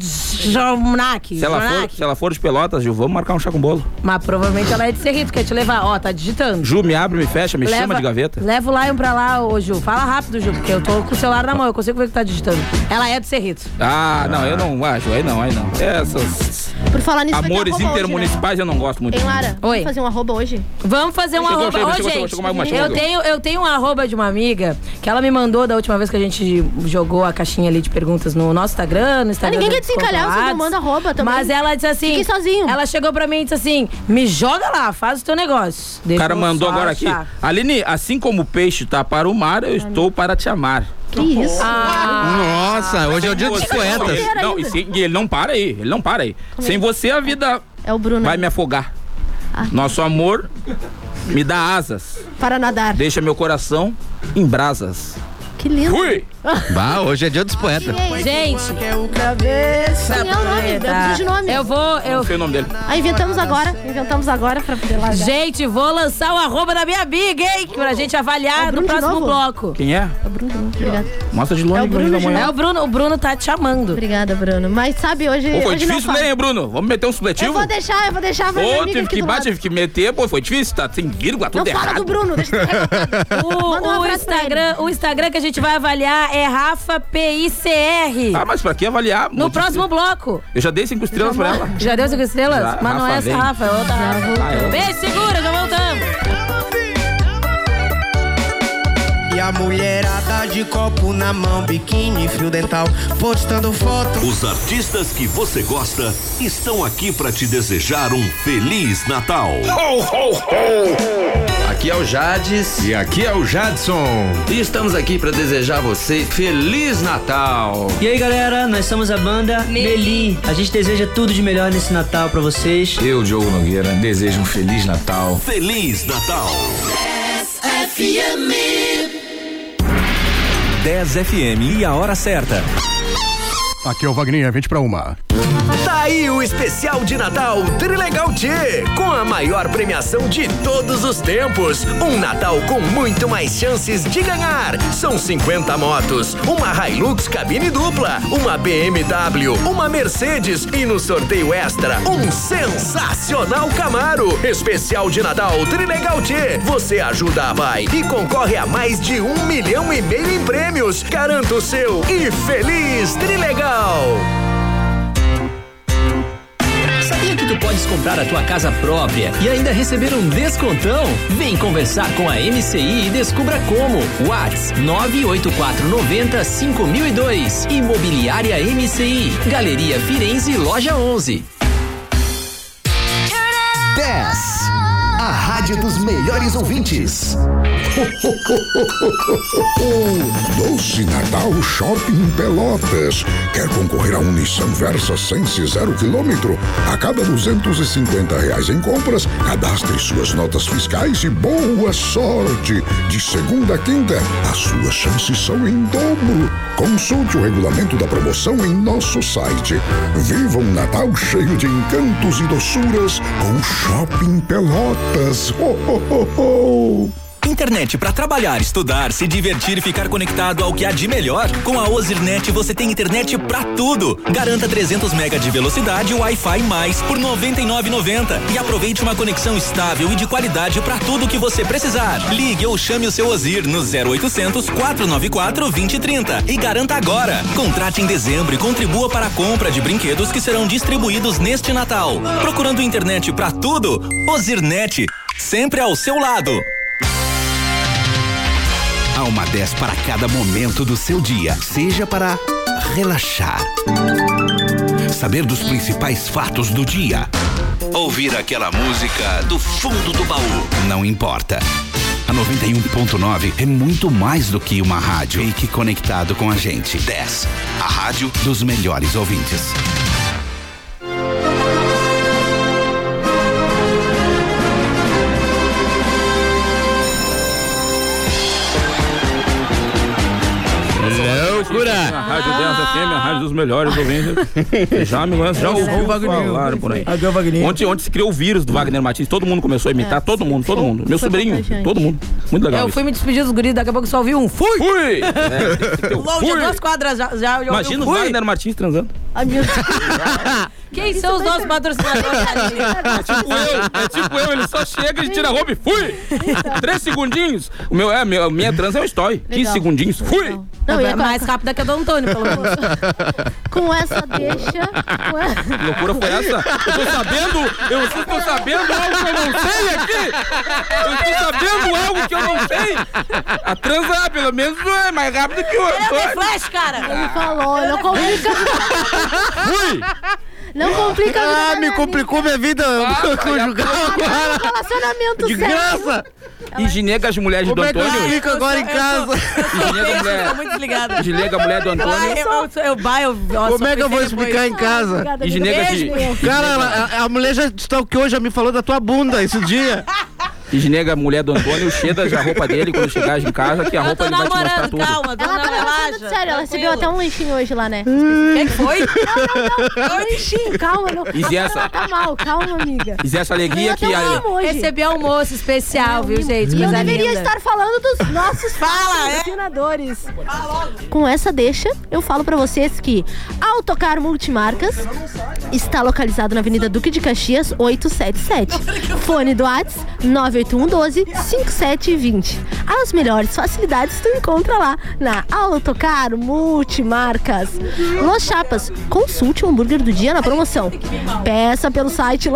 Speaker 4: Jonac.
Speaker 5: Se ela, for, se ela for de Pelotas, Ju, vamos marcar um chá com bolo.
Speaker 4: Mas provavelmente ela é de Serrito, quer te levar. Ó, tá digitando.
Speaker 5: Ju, me abre, me fecha, me chama de gaveta.
Speaker 4: Leva o Lion pra lá, ô Ju. Fala rápido, Ju, porque eu tô com o celular na mão, eu consigo ver o que tá digitando. Ela é de Serrito.
Speaker 5: Ah, não, eu não acho, aí não, aí não. Essas
Speaker 6: Por falar nisso, vai ter
Speaker 5: amores
Speaker 6: arroba é hoje,
Speaker 5: intermunicipais eu não gosto
Speaker 6: né?
Speaker 5: muito.
Speaker 6: Hein, Lara? Vamos fazer um arroba hoje?
Speaker 4: Vamos fazer um
Speaker 5: Chegou,
Speaker 4: arroba.
Speaker 5: chegou,
Speaker 4: Ô,
Speaker 5: chegou,
Speaker 4: gente,
Speaker 5: chegou, chegou, mais uma,
Speaker 4: eu,
Speaker 5: chegou.
Speaker 4: tenho, eu tenho um arroba de uma amiga que ela me mandou da última vez que a gente jogou a caixinha ali de perguntas no nosso Instagram, no Instagram.
Speaker 6: ninguém
Speaker 4: do
Speaker 6: quer desencalhar, vocês não
Speaker 4: Descontrolados.
Speaker 6: mandam arroba também.
Speaker 4: Mas ela disse assim.
Speaker 6: Fiquem sozinho.
Speaker 4: Ela chegou pra mim e disse assim: me joga lá, faz o teu negócio.
Speaker 5: O
Speaker 4: Deixa
Speaker 5: cara
Speaker 4: eu
Speaker 5: mandou
Speaker 4: só
Speaker 5: agora aqui.
Speaker 4: achar.
Speaker 5: Aline, assim como o peixe tá para o mar, eu estou para te amar.
Speaker 6: Que isso?
Speaker 4: Ah.
Speaker 7: Nossa, hoje é o dia dos
Speaker 5: Você-
Speaker 7: poetas.
Speaker 5: Não, e sem- e ele não para aí, ele não para aí. Sem você a vida
Speaker 6: É o Bruno.
Speaker 5: vai me afogar. Nosso amor me dá asas,
Speaker 6: Para nadar.
Speaker 5: deixa meu coração em brasas.
Speaker 6: Que lindo.
Speaker 5: Fui!
Speaker 7: Bah, hoje é dia dos poetas.
Speaker 4: Gente.
Speaker 6: Quem é o nome? Eu preciso de nome.
Speaker 4: Eu vou. Eu...
Speaker 5: Não sei o nome dele.
Speaker 6: Ah, inventamos agora. Inventamos agora pra poder largar.
Speaker 4: Gente, vou lançar o arroba da minha amiga, hein? Pra gente avaliar
Speaker 6: É o
Speaker 4: no
Speaker 6: Bruno de
Speaker 4: próximo
Speaker 6: novo?
Speaker 4: bloco.
Speaker 5: Quem é?
Speaker 6: Obrigada.
Speaker 5: Mostra de longe, Bruno da manhã.
Speaker 4: É o Bruno, o Bruno tá te chamando.
Speaker 6: Obrigada, Bruno. Mas sabe, hoje.
Speaker 5: Pô, foi
Speaker 6: hoje
Speaker 5: difícil,
Speaker 6: não fala.
Speaker 5: né, hein, Bruno? Vamos meter um supletivo?
Speaker 6: Eu vou deixar, eu vou deixar. pra minha
Speaker 5: Pô,
Speaker 6: amiga
Speaker 5: tive
Speaker 6: aqui
Speaker 5: que
Speaker 6: do
Speaker 5: bater,
Speaker 6: lado.
Speaker 5: tive que meter, pô, foi difícil, tá sem vírgula, tudo
Speaker 6: Não
Speaker 5: errado.
Speaker 6: fala do Bruno, deixa eu Manda um
Speaker 4: O, o
Speaker 6: abraço pra
Speaker 4: Instagram, o Instagram que a gente vai avaliar é Rafa PICR.
Speaker 5: Ah, mas pra que avaliar?
Speaker 4: No
Speaker 5: Muito
Speaker 4: próximo bloco.
Speaker 5: Eu já dei cinco estrelas pra ela.
Speaker 4: Já deu cinco estrelas?
Speaker 5: Já,
Speaker 4: Mas não
Speaker 5: Rafa,
Speaker 4: é essa
Speaker 5: vem.
Speaker 4: Rafa, é outra Rafa.
Speaker 5: Ah, é outra.
Speaker 4: Beijo, segura, já voltamos.
Speaker 23: E a mulherada de copo na mão, biquíni, fio dental, postando foto.
Speaker 11: Os artistas que você gosta estão aqui para te desejar um feliz Natal.
Speaker 24: Aqui é o Jades. E aqui é o Jadson. E estamos aqui para desejar a você Feliz Natal.
Speaker 25: E aí galera, nós somos a banda Meli. A gente deseja tudo de melhor nesse Natal pra vocês.
Speaker 24: Eu, Diogo Nogueira, desejo um Feliz Natal.
Speaker 11: Feliz Natal.
Speaker 1: 10 FM e a hora certa.
Speaker 2: Aqui é o Vagninha, 20 para uma.
Speaker 8: Tá aí o especial de Natal Trilegal T, com a maior premiação de todos os tempos. Um Natal com muito mais chances de ganhar. São 50 motos, uma Hilux cabine dupla, uma BMW, uma Mercedes e no sorteio extra, um sensacional Camaro. Especial de Natal Trilegal T. Você ajuda a Pai e concorre a mais de um milhão e meio em prêmios. Garanta o seu e feliz Trilegal!
Speaker 26: Sabia que tu podes comprar a tua casa própria e ainda receber um descontão? Vem conversar com a MCI e descubra como. Whats 98490 5002. Imobiliária MCI. Galeria Firenze, Loja 11.
Speaker 27: 10. A rádio dos melhores ouvintes.
Speaker 28: Doce Natal Shopping Pelotas. Quer concorrer a um Nissan Versa Sense 0 km? A cada 250 reais em compras, cadastre suas notas fiscais e boa sorte. De segunda a quinta, as suas chances são em dobro. Consulte o regulamento da promoção em nosso site. Viva um Natal cheio de encantos e doçuras com Shopping Pelotas. Ho, ho, ho, ho.
Speaker 1: Internet para trabalhar, estudar, se divertir e ficar conectado ao que há de melhor. Com a Ozirnet você tem internet para tudo. Garanta 300 mega de velocidade e Wi-Fi mais por 99,90 e aproveite uma conexão estável e de qualidade para tudo que você precisar. Ligue ou chame o seu Ozir no 0800 494 2030 e garanta agora. Contrate em dezembro e contribua para a compra de brinquedos que serão distribuídos neste Natal. Procurando internet para tudo? Ozirnet, sempre ao seu lado.
Speaker 17: Há uma 10 para cada momento do seu dia, seja para relaxar, saber dos principais fatos do dia,
Speaker 11: Ouvir aquela música do fundo do baú.
Speaker 17: não importa. A 91.9 é muito mais do que uma rádio. Fique conectado com a gente. 10. A rádio dos melhores ouvintes.
Speaker 5: Loucura! A Rádio 10 FM, a Rádio dos Melhores ouvintes. Já me conhece, já
Speaker 15: É o
Speaker 5: ouviu
Speaker 15: Wagner.
Speaker 5: falar por aí.
Speaker 15: Aqui é o Wagner.
Speaker 5: Ontem, ontem se criou o vírus do Wagner Martins, todo mundo começou a imitar,
Speaker 4: É,
Speaker 5: todo mundo, todo
Speaker 4: foi-
Speaker 5: mundo. Meu
Speaker 4: foi
Speaker 5: sobrinho,
Speaker 4: bastante.
Speaker 5: todo mundo. Muito legal.
Speaker 4: Eu
Speaker 5: isso.
Speaker 4: fui me despedir dos guris, daqui a pouco só ouvi um fui!
Speaker 5: Então, Fui! É,
Speaker 4: Longe de duas quadras já, já ouvi um
Speaker 5: Imagina né? o
Speaker 4: fui.
Speaker 5: Wagner Martins transando.
Speaker 4: Quem são os nossos patrocinadores, Aline?
Speaker 5: Tipo eu, é tipo eu, ele só chega e tira a roupa e fui! Três segundinhos. O meu, é, meu, a minha transa é um story. 15 segundinhos, fui!
Speaker 4: Não, é mais rápida que a do Antônio, pelo menos.
Speaker 6: Com essa deixa.
Speaker 5: Que loucura foi essa? Eu tô sabendo, eu estou sabendo algo que eu não sei aqui! Eu estou sabendo algo que eu não sei! A transa, pelo menos, é mais rápida que o
Speaker 6: dei
Speaker 5: Antônio.
Speaker 6: flash, cara! Ele falou, não complica.
Speaker 5: Fui!
Speaker 6: Não complica
Speaker 7: Ah, me complicou minha vida conjugal agora.
Speaker 6: Relacionamento
Speaker 7: De
Speaker 6: sério.
Speaker 7: graça.
Speaker 5: E ginega as mulheres
Speaker 7: Como
Speaker 5: do
Speaker 7: é que eu
Speaker 5: Antônio.
Speaker 7: explico agora em casa?
Speaker 5: Ginega a mulher.
Speaker 4: Tô muito
Speaker 7: é?
Speaker 4: desligada.
Speaker 5: Desliga a mulher do Antônio.
Speaker 4: Ah, eu, eu, eu, bah, eu, ó,
Speaker 7: Como
Speaker 4: só
Speaker 7: é que eu vou
Speaker 4: pensei depois.
Speaker 6: tá
Speaker 7: explicar em casa?
Speaker 4: Beijo, meu.
Speaker 7: Cara, ela- a, a mulher já stalkeou, já me falou da tua bunda esse dia.
Speaker 5: E ginega a mulher do Antônio, o Chedas, a roupa dele, quando chegar em casa, que a roupa ele vai te mostrar tudo.
Speaker 6: Ela tá relaxando, sério, ela recebeu até um lanchinho hoje lá, né?
Speaker 4: Quem foi?
Speaker 6: Não, não, não, um lanchinho, calma, não.
Speaker 5: E se essa-
Speaker 6: Ela tá mal, calma, amiga.
Speaker 5: E essa alegria que. a-
Speaker 4: Recebi almoço especial, viu, gente?
Speaker 6: E É, eu
Speaker 4: Coisa
Speaker 6: deveria
Speaker 4: linda.
Speaker 6: estar falando dos nossos
Speaker 5: é.
Speaker 6: patrocinadores. Com essa deixa, eu falo pra vocês que Autocar Multimarcas está localizado na Avenida Duque de Caxias, 877. Fone do Whats 98112 5720. As melhores facilidades tu encontra lá na Autocar Multimarcas. Los Chapas, consulte o hambúrguer do dia na promoção. Peça pelo site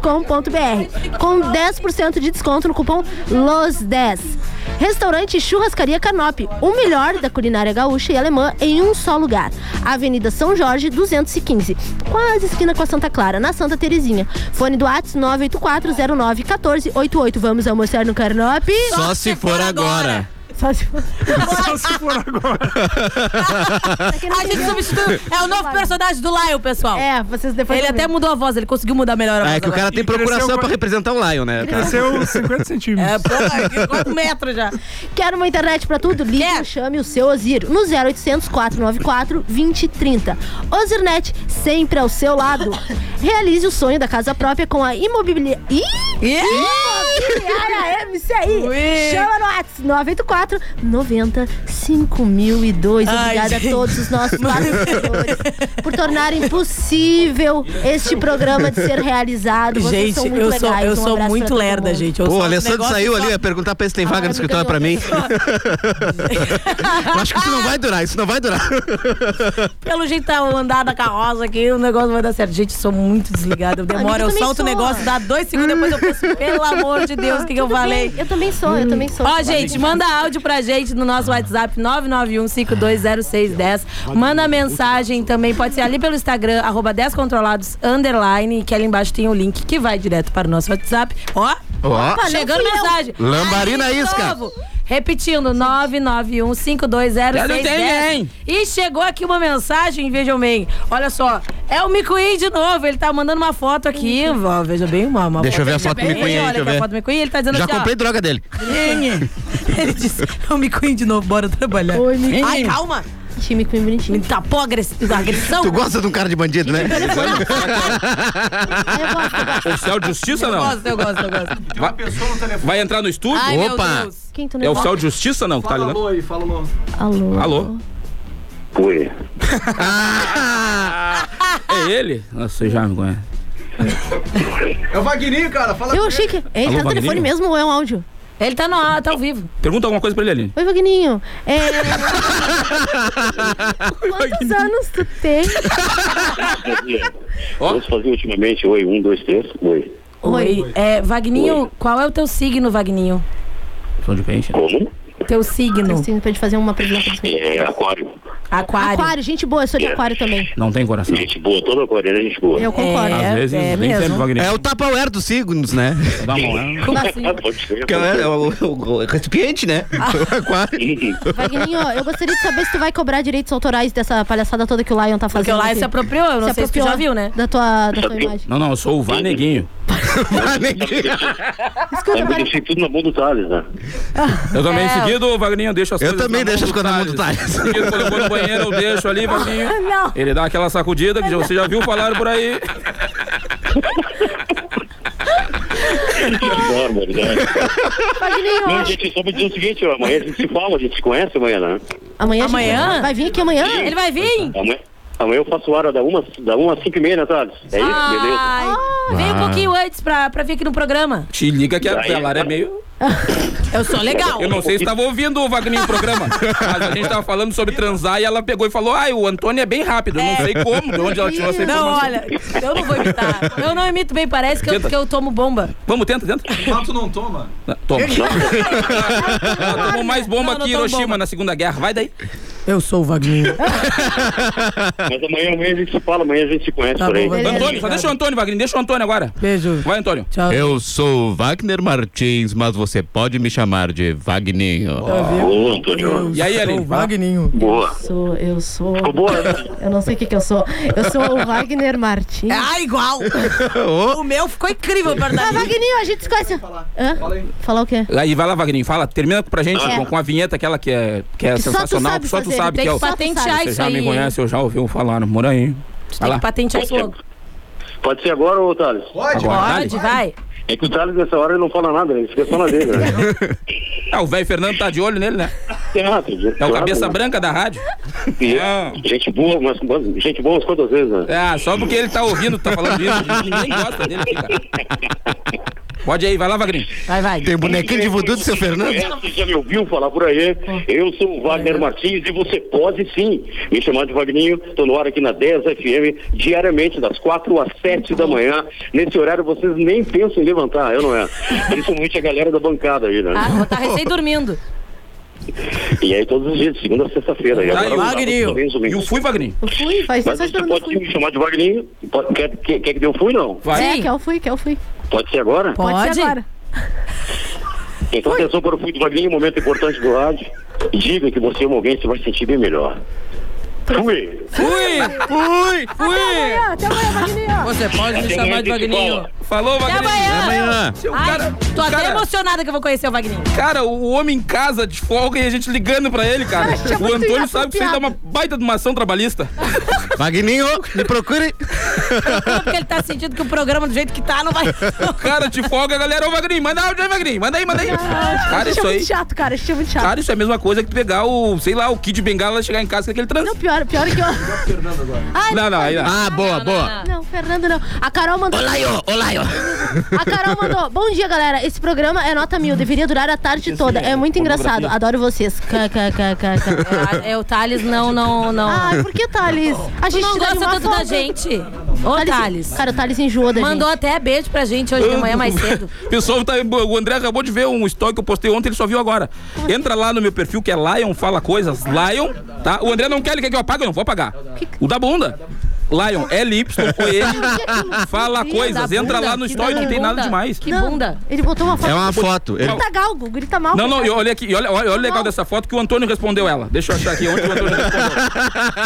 Speaker 6: loschapas.com.br com 10% de desconto no cupom LOS10. Restaurante Churrascaria Canop, o melhor da culinária gaúcha e alemã em um só lugar. Avenida São Jorge, 215, quase esquina com a Santa Clara, na Santa Terezinha. Fone do Whats 984091488. Vamos almoçar no Canop?
Speaker 7: Só se for agora.
Speaker 6: Só se for.
Speaker 4: Só se for agora. a gente substituiu. É o novo personagem do Lion, pessoal.
Speaker 6: É, vocês depois.
Speaker 4: Ele até mudou a voz, ele conseguiu mudar melhor a voz.
Speaker 7: É que o cara tem procuração pra representar o Lion, né?
Speaker 6: Cresceu
Speaker 7: 50
Speaker 4: É, porra, quase um metro já.
Speaker 6: Quer uma internet pra tudo? Ligue e chame o seu Ozir no 0800 494 2030. Ozirnet, sempre ao seu lado. Realize o sonho da casa própria com a imobili... Ih! Imobiliária MCI.
Speaker 4: Ui.
Speaker 6: Chama no WhatsApp 984 90 5002.
Speaker 4: Ai,
Speaker 6: Obrigada
Speaker 4: gente.
Speaker 6: a todos os nossos patrocinadores por tornarem possível este programa de ser realizado. Vocês
Speaker 4: Gente,
Speaker 6: são muito
Speaker 4: eu
Speaker 6: legais.
Speaker 4: sou, eu
Speaker 6: Um
Speaker 4: sou
Speaker 6: abraço pra
Speaker 4: muito
Speaker 6: todo
Speaker 4: lerda,
Speaker 6: mundo.
Speaker 4: gente. Eu
Speaker 7: Pô,
Speaker 4: sou
Speaker 7: o
Speaker 4: um
Speaker 7: Alessandro
Speaker 4: negócio
Speaker 7: saiu
Speaker 4: só- Ah,
Speaker 7: ali, ia perguntar pra ele se tem vaga no escritório pra mim. Eu acho que isso não vai durar, isso não vai durar.
Speaker 4: Pelo jeito tá o andar da carroça aqui, o negócio vai dar certo. Gente, sou muito desligada. Eu demoro,
Speaker 6: Amiga, eu
Speaker 4: eu
Speaker 6: também
Speaker 4: solto
Speaker 6: sou.
Speaker 4: o negócio, dá dois segundos, depois eu penso, pelo amor de Deus, o que, que eu
Speaker 6: Tudo
Speaker 4: falei? Hum.
Speaker 6: bem, Eu também sou, eu também sou.
Speaker 4: Ó, gente, manda áudio pra gente no nosso WhatsApp 991520610. Manda mensagem também, pode ser ali pelo Instagram, arroba 10controlados, underline, que ali embaixo tem o link que vai direto para o nosso WhatsApp. Ó, tá
Speaker 7: Ó. Opa, não
Speaker 4: chegando
Speaker 7: fui eu.
Speaker 4: mensagem.
Speaker 7: Lambarina
Speaker 4: Aí, de
Speaker 7: isca.
Speaker 4: novo. Repetindo, 991520610. E chegou aqui uma mensagem, vejam bem. Olha só, é o Micuí de novo, ele tá mandando uma foto aqui. Ó, veja bem, uma, uma
Speaker 7: Deixa eu ver a
Speaker 4: veja
Speaker 7: foto do
Speaker 4: bem.
Speaker 7: Micuí aí,
Speaker 4: Olha
Speaker 7: deixa eu
Speaker 4: aqui a
Speaker 7: ver.
Speaker 4: foto do Micuí, ele tá dizendo
Speaker 7: Já
Speaker 4: assim, ó.
Speaker 7: comprei droga dele.
Speaker 4: Nhenhe. Ele disse, eu me cuido de novo, bora trabalhar.
Speaker 6: Oi, Micuí.
Speaker 4: Ai, calma.
Speaker 6: Achei me cuido bonitinho.
Speaker 4: Me tapou a agres- a agressão.
Speaker 7: Tu gosta de um cara de bandido, né?
Speaker 5: Oficial de justiça,
Speaker 4: Eu
Speaker 5: não?
Speaker 4: gosto, eu gosto, eu gosto.
Speaker 5: Vai, vai entrar no estúdio?
Speaker 4: Ai, meu Deus.
Speaker 6: Quem tu
Speaker 5: É
Speaker 6: não
Speaker 5: oficial de justiça, não? que Tá ligado?
Speaker 24: aí, fala alô.
Speaker 6: Alô.
Speaker 5: Alô?
Speaker 24: Oi.
Speaker 5: É ele? Nossa, você já me conhece.
Speaker 24: É o Vagninho, cara, fala
Speaker 6: Eu achei que. Ele
Speaker 5: Alô,
Speaker 6: tá no telefone
Speaker 5: Wagninho?
Speaker 6: mesmo ou é um áudio?
Speaker 4: Ele tá, no, tá ao vivo.
Speaker 5: Pergunta alguma coisa pra ele ali.
Speaker 6: Oi, Vagninho. É, quantos anos tu tem?
Speaker 2: Vamos fazer ultimamente, oi, um, dois, três, oi.
Speaker 4: Oi. É, Vagninho, qual é o teu signo, Vagninho?
Speaker 5: Som de peixe.
Speaker 2: Como?
Speaker 4: Teu signo.
Speaker 6: Sim, Assim, pra gente fazer uma pergunta.
Speaker 2: É, aquário.
Speaker 4: Aquário.
Speaker 6: Aquário, gente boa, eu sou de aquário também.
Speaker 5: Não tem coração.
Speaker 2: Gente boa, toda aquariana é gente boa.
Speaker 6: Eu concordo.
Speaker 7: Às vezes,
Speaker 6: é
Speaker 7: nem
Speaker 6: mesmo.
Speaker 7: sempre Wagner. É o Tupperware dos signos, né? Dá
Speaker 6: assim?
Speaker 7: Que é o, o- o recipiente, né? O aquário.
Speaker 6: Vagninho, eu gostaria de saber se tu vai cobrar direitos autorais dessa palhaçada toda que o Lion tá fazendo.
Speaker 4: Porque o Lion
Speaker 6: aqui.
Speaker 4: se apropriou, eu não sei se tu já viu, né?
Speaker 6: Da tua, da tua imagem.
Speaker 5: Não, não, eu sou o Vaneguinho.
Speaker 2: É porque eu sei tudo na mão do Thales, né?
Speaker 5: Eu também,
Speaker 2: É.
Speaker 5: em seguida, o Vagninho deixa as
Speaker 7: Eu
Speaker 5: coisas
Speaker 7: também
Speaker 5: na mão
Speaker 7: deixo as
Speaker 5: do
Speaker 7: coisas na mão do
Speaker 5: Em seguida, quando eu vou no banheiro, eu deixo ali, Vagninho. Ele dá aquela sacudida que já- você já viu falar por aí.
Speaker 2: Que barbaridade.
Speaker 6: Vagninho,
Speaker 2: né? Não, gente, só pra dizer o seguinte, ó, amanhã a gente se fala, a gente se conhece amanhã, né?
Speaker 6: amanhã, a gente
Speaker 4: Amanhã?
Speaker 6: vai vir aqui amanhã?
Speaker 4: Ele vai vir?
Speaker 2: Amanhã, amanhã eu faço hora da uma, da uma às cinco e meia, né, Thales? É isso?
Speaker 4: Ah!
Speaker 2: Beleza.
Speaker 4: Ai, vem um
Speaker 5: Ah.
Speaker 4: pouquinho antes pra, pra vir aqui no programa.
Speaker 5: Te liga que a Pelara é meio...
Speaker 4: Eu sou legal.
Speaker 5: Eu não sei se tava ouvindo o Wagner no programa, mas a gente tava falando sobre transar e ela pegou e falou: Ai, o Antônio é bem rápido. Eu não sei como, de onde ela tirou essa
Speaker 4: Não,
Speaker 5: informação.
Speaker 4: olha, eu não vou imitar. Eu não imito bem, parece que eu,
Speaker 5: Tenta.
Speaker 4: que eu tomo bomba.
Speaker 5: Vamos, tenta, tenta.
Speaker 24: Fato não toma.
Speaker 5: Toma. Ela tomou mais bomba
Speaker 4: Não, não
Speaker 5: que
Speaker 4: tomo
Speaker 5: Hiroshima
Speaker 4: bomba.
Speaker 5: na Segunda Guerra. Vai daí.
Speaker 4: Eu sou o Wagner.
Speaker 2: Mas amanhã, amanhã a gente se fala, amanhã a gente se conhece
Speaker 4: Tá
Speaker 2: por aí.
Speaker 4: bom, Beleza,
Speaker 5: Antônio, só deixa o Antônio, Wagner. Deixa o Antônio agora.
Speaker 4: Beijo.
Speaker 5: Vai, Antônio.
Speaker 7: Eu sou Wagner Martins, mas você pode me chamar de Vagninho.
Speaker 2: Boa, Antônio.
Speaker 5: E aí, Aline?
Speaker 6: Vagninho.
Speaker 2: Boa.
Speaker 6: Sou, eu sou.
Speaker 2: boa.
Speaker 6: Eu não sei o que que eu sou. Eu sou o Wagner Martins.
Speaker 4: Ah, igual. O meu ficou incrível,
Speaker 6: Ah,
Speaker 4: verdade.
Speaker 6: Vagninho, a gente se conhece. Fala, Falar o quê?
Speaker 5: Aí vai lá, Wagner, fala, termina pra gente
Speaker 6: É.
Speaker 5: com, com a vinheta aquela que é, que é
Speaker 6: Que só tu
Speaker 5: sensacional,
Speaker 6: sabe
Speaker 5: que só tu
Speaker 6: fazer,
Speaker 5: sabe
Speaker 6: tem
Speaker 5: que é
Speaker 6: que
Speaker 5: o.
Speaker 6: patentear
Speaker 5: Você
Speaker 6: isso
Speaker 5: já me
Speaker 6: aí,
Speaker 5: conhece, eu já ouviu falar, mora aí. Vai lá.
Speaker 4: Patentear isso logo.
Speaker 2: Pode ser agora, ô Thales?
Speaker 5: Pode, Agora, pode, Thales.
Speaker 4: vai.
Speaker 2: É que o Thales nessa hora ele não fala nada, né? ele fica só na dele, né?
Speaker 5: Ah, o velho Fernando tá de olho nele, né? É o
Speaker 2: claro,
Speaker 5: cabeça
Speaker 2: né?
Speaker 5: branca da rádio.
Speaker 2: E- é Gente boa, mas gente boa umas quantas vezes, né?
Speaker 7: É,
Speaker 5: Ah, só porque ele tá ouvindo, tá falando isso. Ninguém gosta dele aqui, cara. Pode aí, vai lá, Vagrinho.
Speaker 4: Vai, vai.
Speaker 7: Tem um bonequinho de voodoo do seu Fernando?
Speaker 2: É,
Speaker 7: É.
Speaker 2: Você já me ouviu falar por aí? Eu sou o Wagner Martins e você pode sim me chamar de Vagninho. Tô no ar aqui na 10 FM, diariamente, das 4 às 7 da manhã. Nesse horário vocês nem pensam em levantar, eu não é? Principalmente a galera da bancada aí, né?
Speaker 4: Ah, vou tá recém dormindo.
Speaker 2: E aí todos os dias, de segunda a sexta-feira. E
Speaker 5: Tá
Speaker 2: agora
Speaker 5: aí,
Speaker 2: eu sábado,
Speaker 5: Wagninho.
Speaker 2: também, domingo.
Speaker 5: E o Fui, Vagrinho.
Speaker 6: Eu fui, faz
Speaker 2: Mas
Speaker 6: só
Speaker 2: você
Speaker 6: esperando.
Speaker 2: pode sim me chamar de Vagninho. Pode- Quer, quer, quer que dê um fui, não?
Speaker 6: É, que eu fui, que eu fui.
Speaker 2: Pode ser agora?
Speaker 6: Pode ser agora.
Speaker 2: Então, atenção para o fui do Vagninho, um momento importante do rádio. Diga que você ou alguém se vai sentir bem melhor. Fui!
Speaker 5: Fui! Fui! Fui!
Speaker 6: Ah,
Speaker 4: Até amanhã, Wagninho.
Speaker 5: Você pode me
Speaker 2: Até
Speaker 5: chamar
Speaker 4: é
Speaker 2: amanhã,
Speaker 5: de
Speaker 2: gente,
Speaker 5: Vagninho.
Speaker 2: bola.
Speaker 5: Falou,
Speaker 4: Até
Speaker 5: Vagninho.
Speaker 4: amanhã.
Speaker 5: Seu
Speaker 4: Ai,
Speaker 5: cara-
Speaker 4: tô até
Speaker 5: cara-
Speaker 4: emocionada que eu vou conhecer o Wagninho.
Speaker 5: Cara, o homem em casa de folga e a gente ligando pra ele, cara.
Speaker 4: Acha
Speaker 5: O
Speaker 4: muito
Speaker 5: Antônio sabe que isso aí
Speaker 4: inapropriado.
Speaker 5: dá uma baita de uma ação trabalhista.
Speaker 7: Vagninho, me procure.
Speaker 4: Porque ele tá sentindo que o programa, do jeito que tá, não vai.
Speaker 5: Cara, de folga, galera. Ô, Vagrinho, manda áudio aí, Vagrinho. Manda aí, manda aí. Cara,
Speaker 6: Isso
Speaker 5: isso
Speaker 6: é muito
Speaker 5: aí.
Speaker 6: chato, cara. Isso é muito chato.
Speaker 5: Cara, isso é a mesma coisa que tu pegar o, sei lá, o Kid Bengala e chegar em casa com aquele trânsito.
Speaker 6: Não, pior, pior que eu. Ai,
Speaker 5: Não, não, aí não.
Speaker 7: Ah, boa, boa.
Speaker 6: Não, Fernando não. A Carol mandou.
Speaker 7: Olaio, olaio.
Speaker 6: A Carol mandou. Bom dia, galera. Esse programa é nota mil. Deveria durar a tarde toda. É muito engraçado. Adoro vocês. KKKK.
Speaker 4: É, o Thales não, não, não.
Speaker 6: Ai, por que Thales? A
Speaker 4: Tu
Speaker 6: gente
Speaker 4: Ah, não
Speaker 6: te dá
Speaker 4: gosta
Speaker 6: uma
Speaker 4: tanto da
Speaker 6: folga.
Speaker 4: gente. Ô, Thales.
Speaker 6: Cara, o Thales enjoou da
Speaker 4: Mandou
Speaker 6: gente.
Speaker 4: até beijo pra gente hoje de manhã mais cedo.
Speaker 5: Pessoal, tá, o André acabou de ver um story que eu postei ontem, ele só viu agora. Entra lá no meu perfil que é Lion Fala Coisas, Lion, tá? O André não quer, ele quer que eu apague, eu não vou apagar. O da bunda. Lion, L-Y, foi ele. Fala coisas,
Speaker 4: Da
Speaker 5: entra
Speaker 4: bunda,
Speaker 5: lá no
Speaker 4: que
Speaker 5: story, não tem
Speaker 4: bunda,
Speaker 5: nada demais.
Speaker 4: Que bunda.
Speaker 6: Ele botou uma foto.
Speaker 7: É uma foto. Ele-
Speaker 6: Grita galgo, grita mal.
Speaker 5: Não, não,
Speaker 6: coitado.
Speaker 5: eu olhei aqui, e olha, olha, olha o legal dessa foto que o Antônio respondeu ela. Deixa eu achar aqui onde o Antônio respondeu.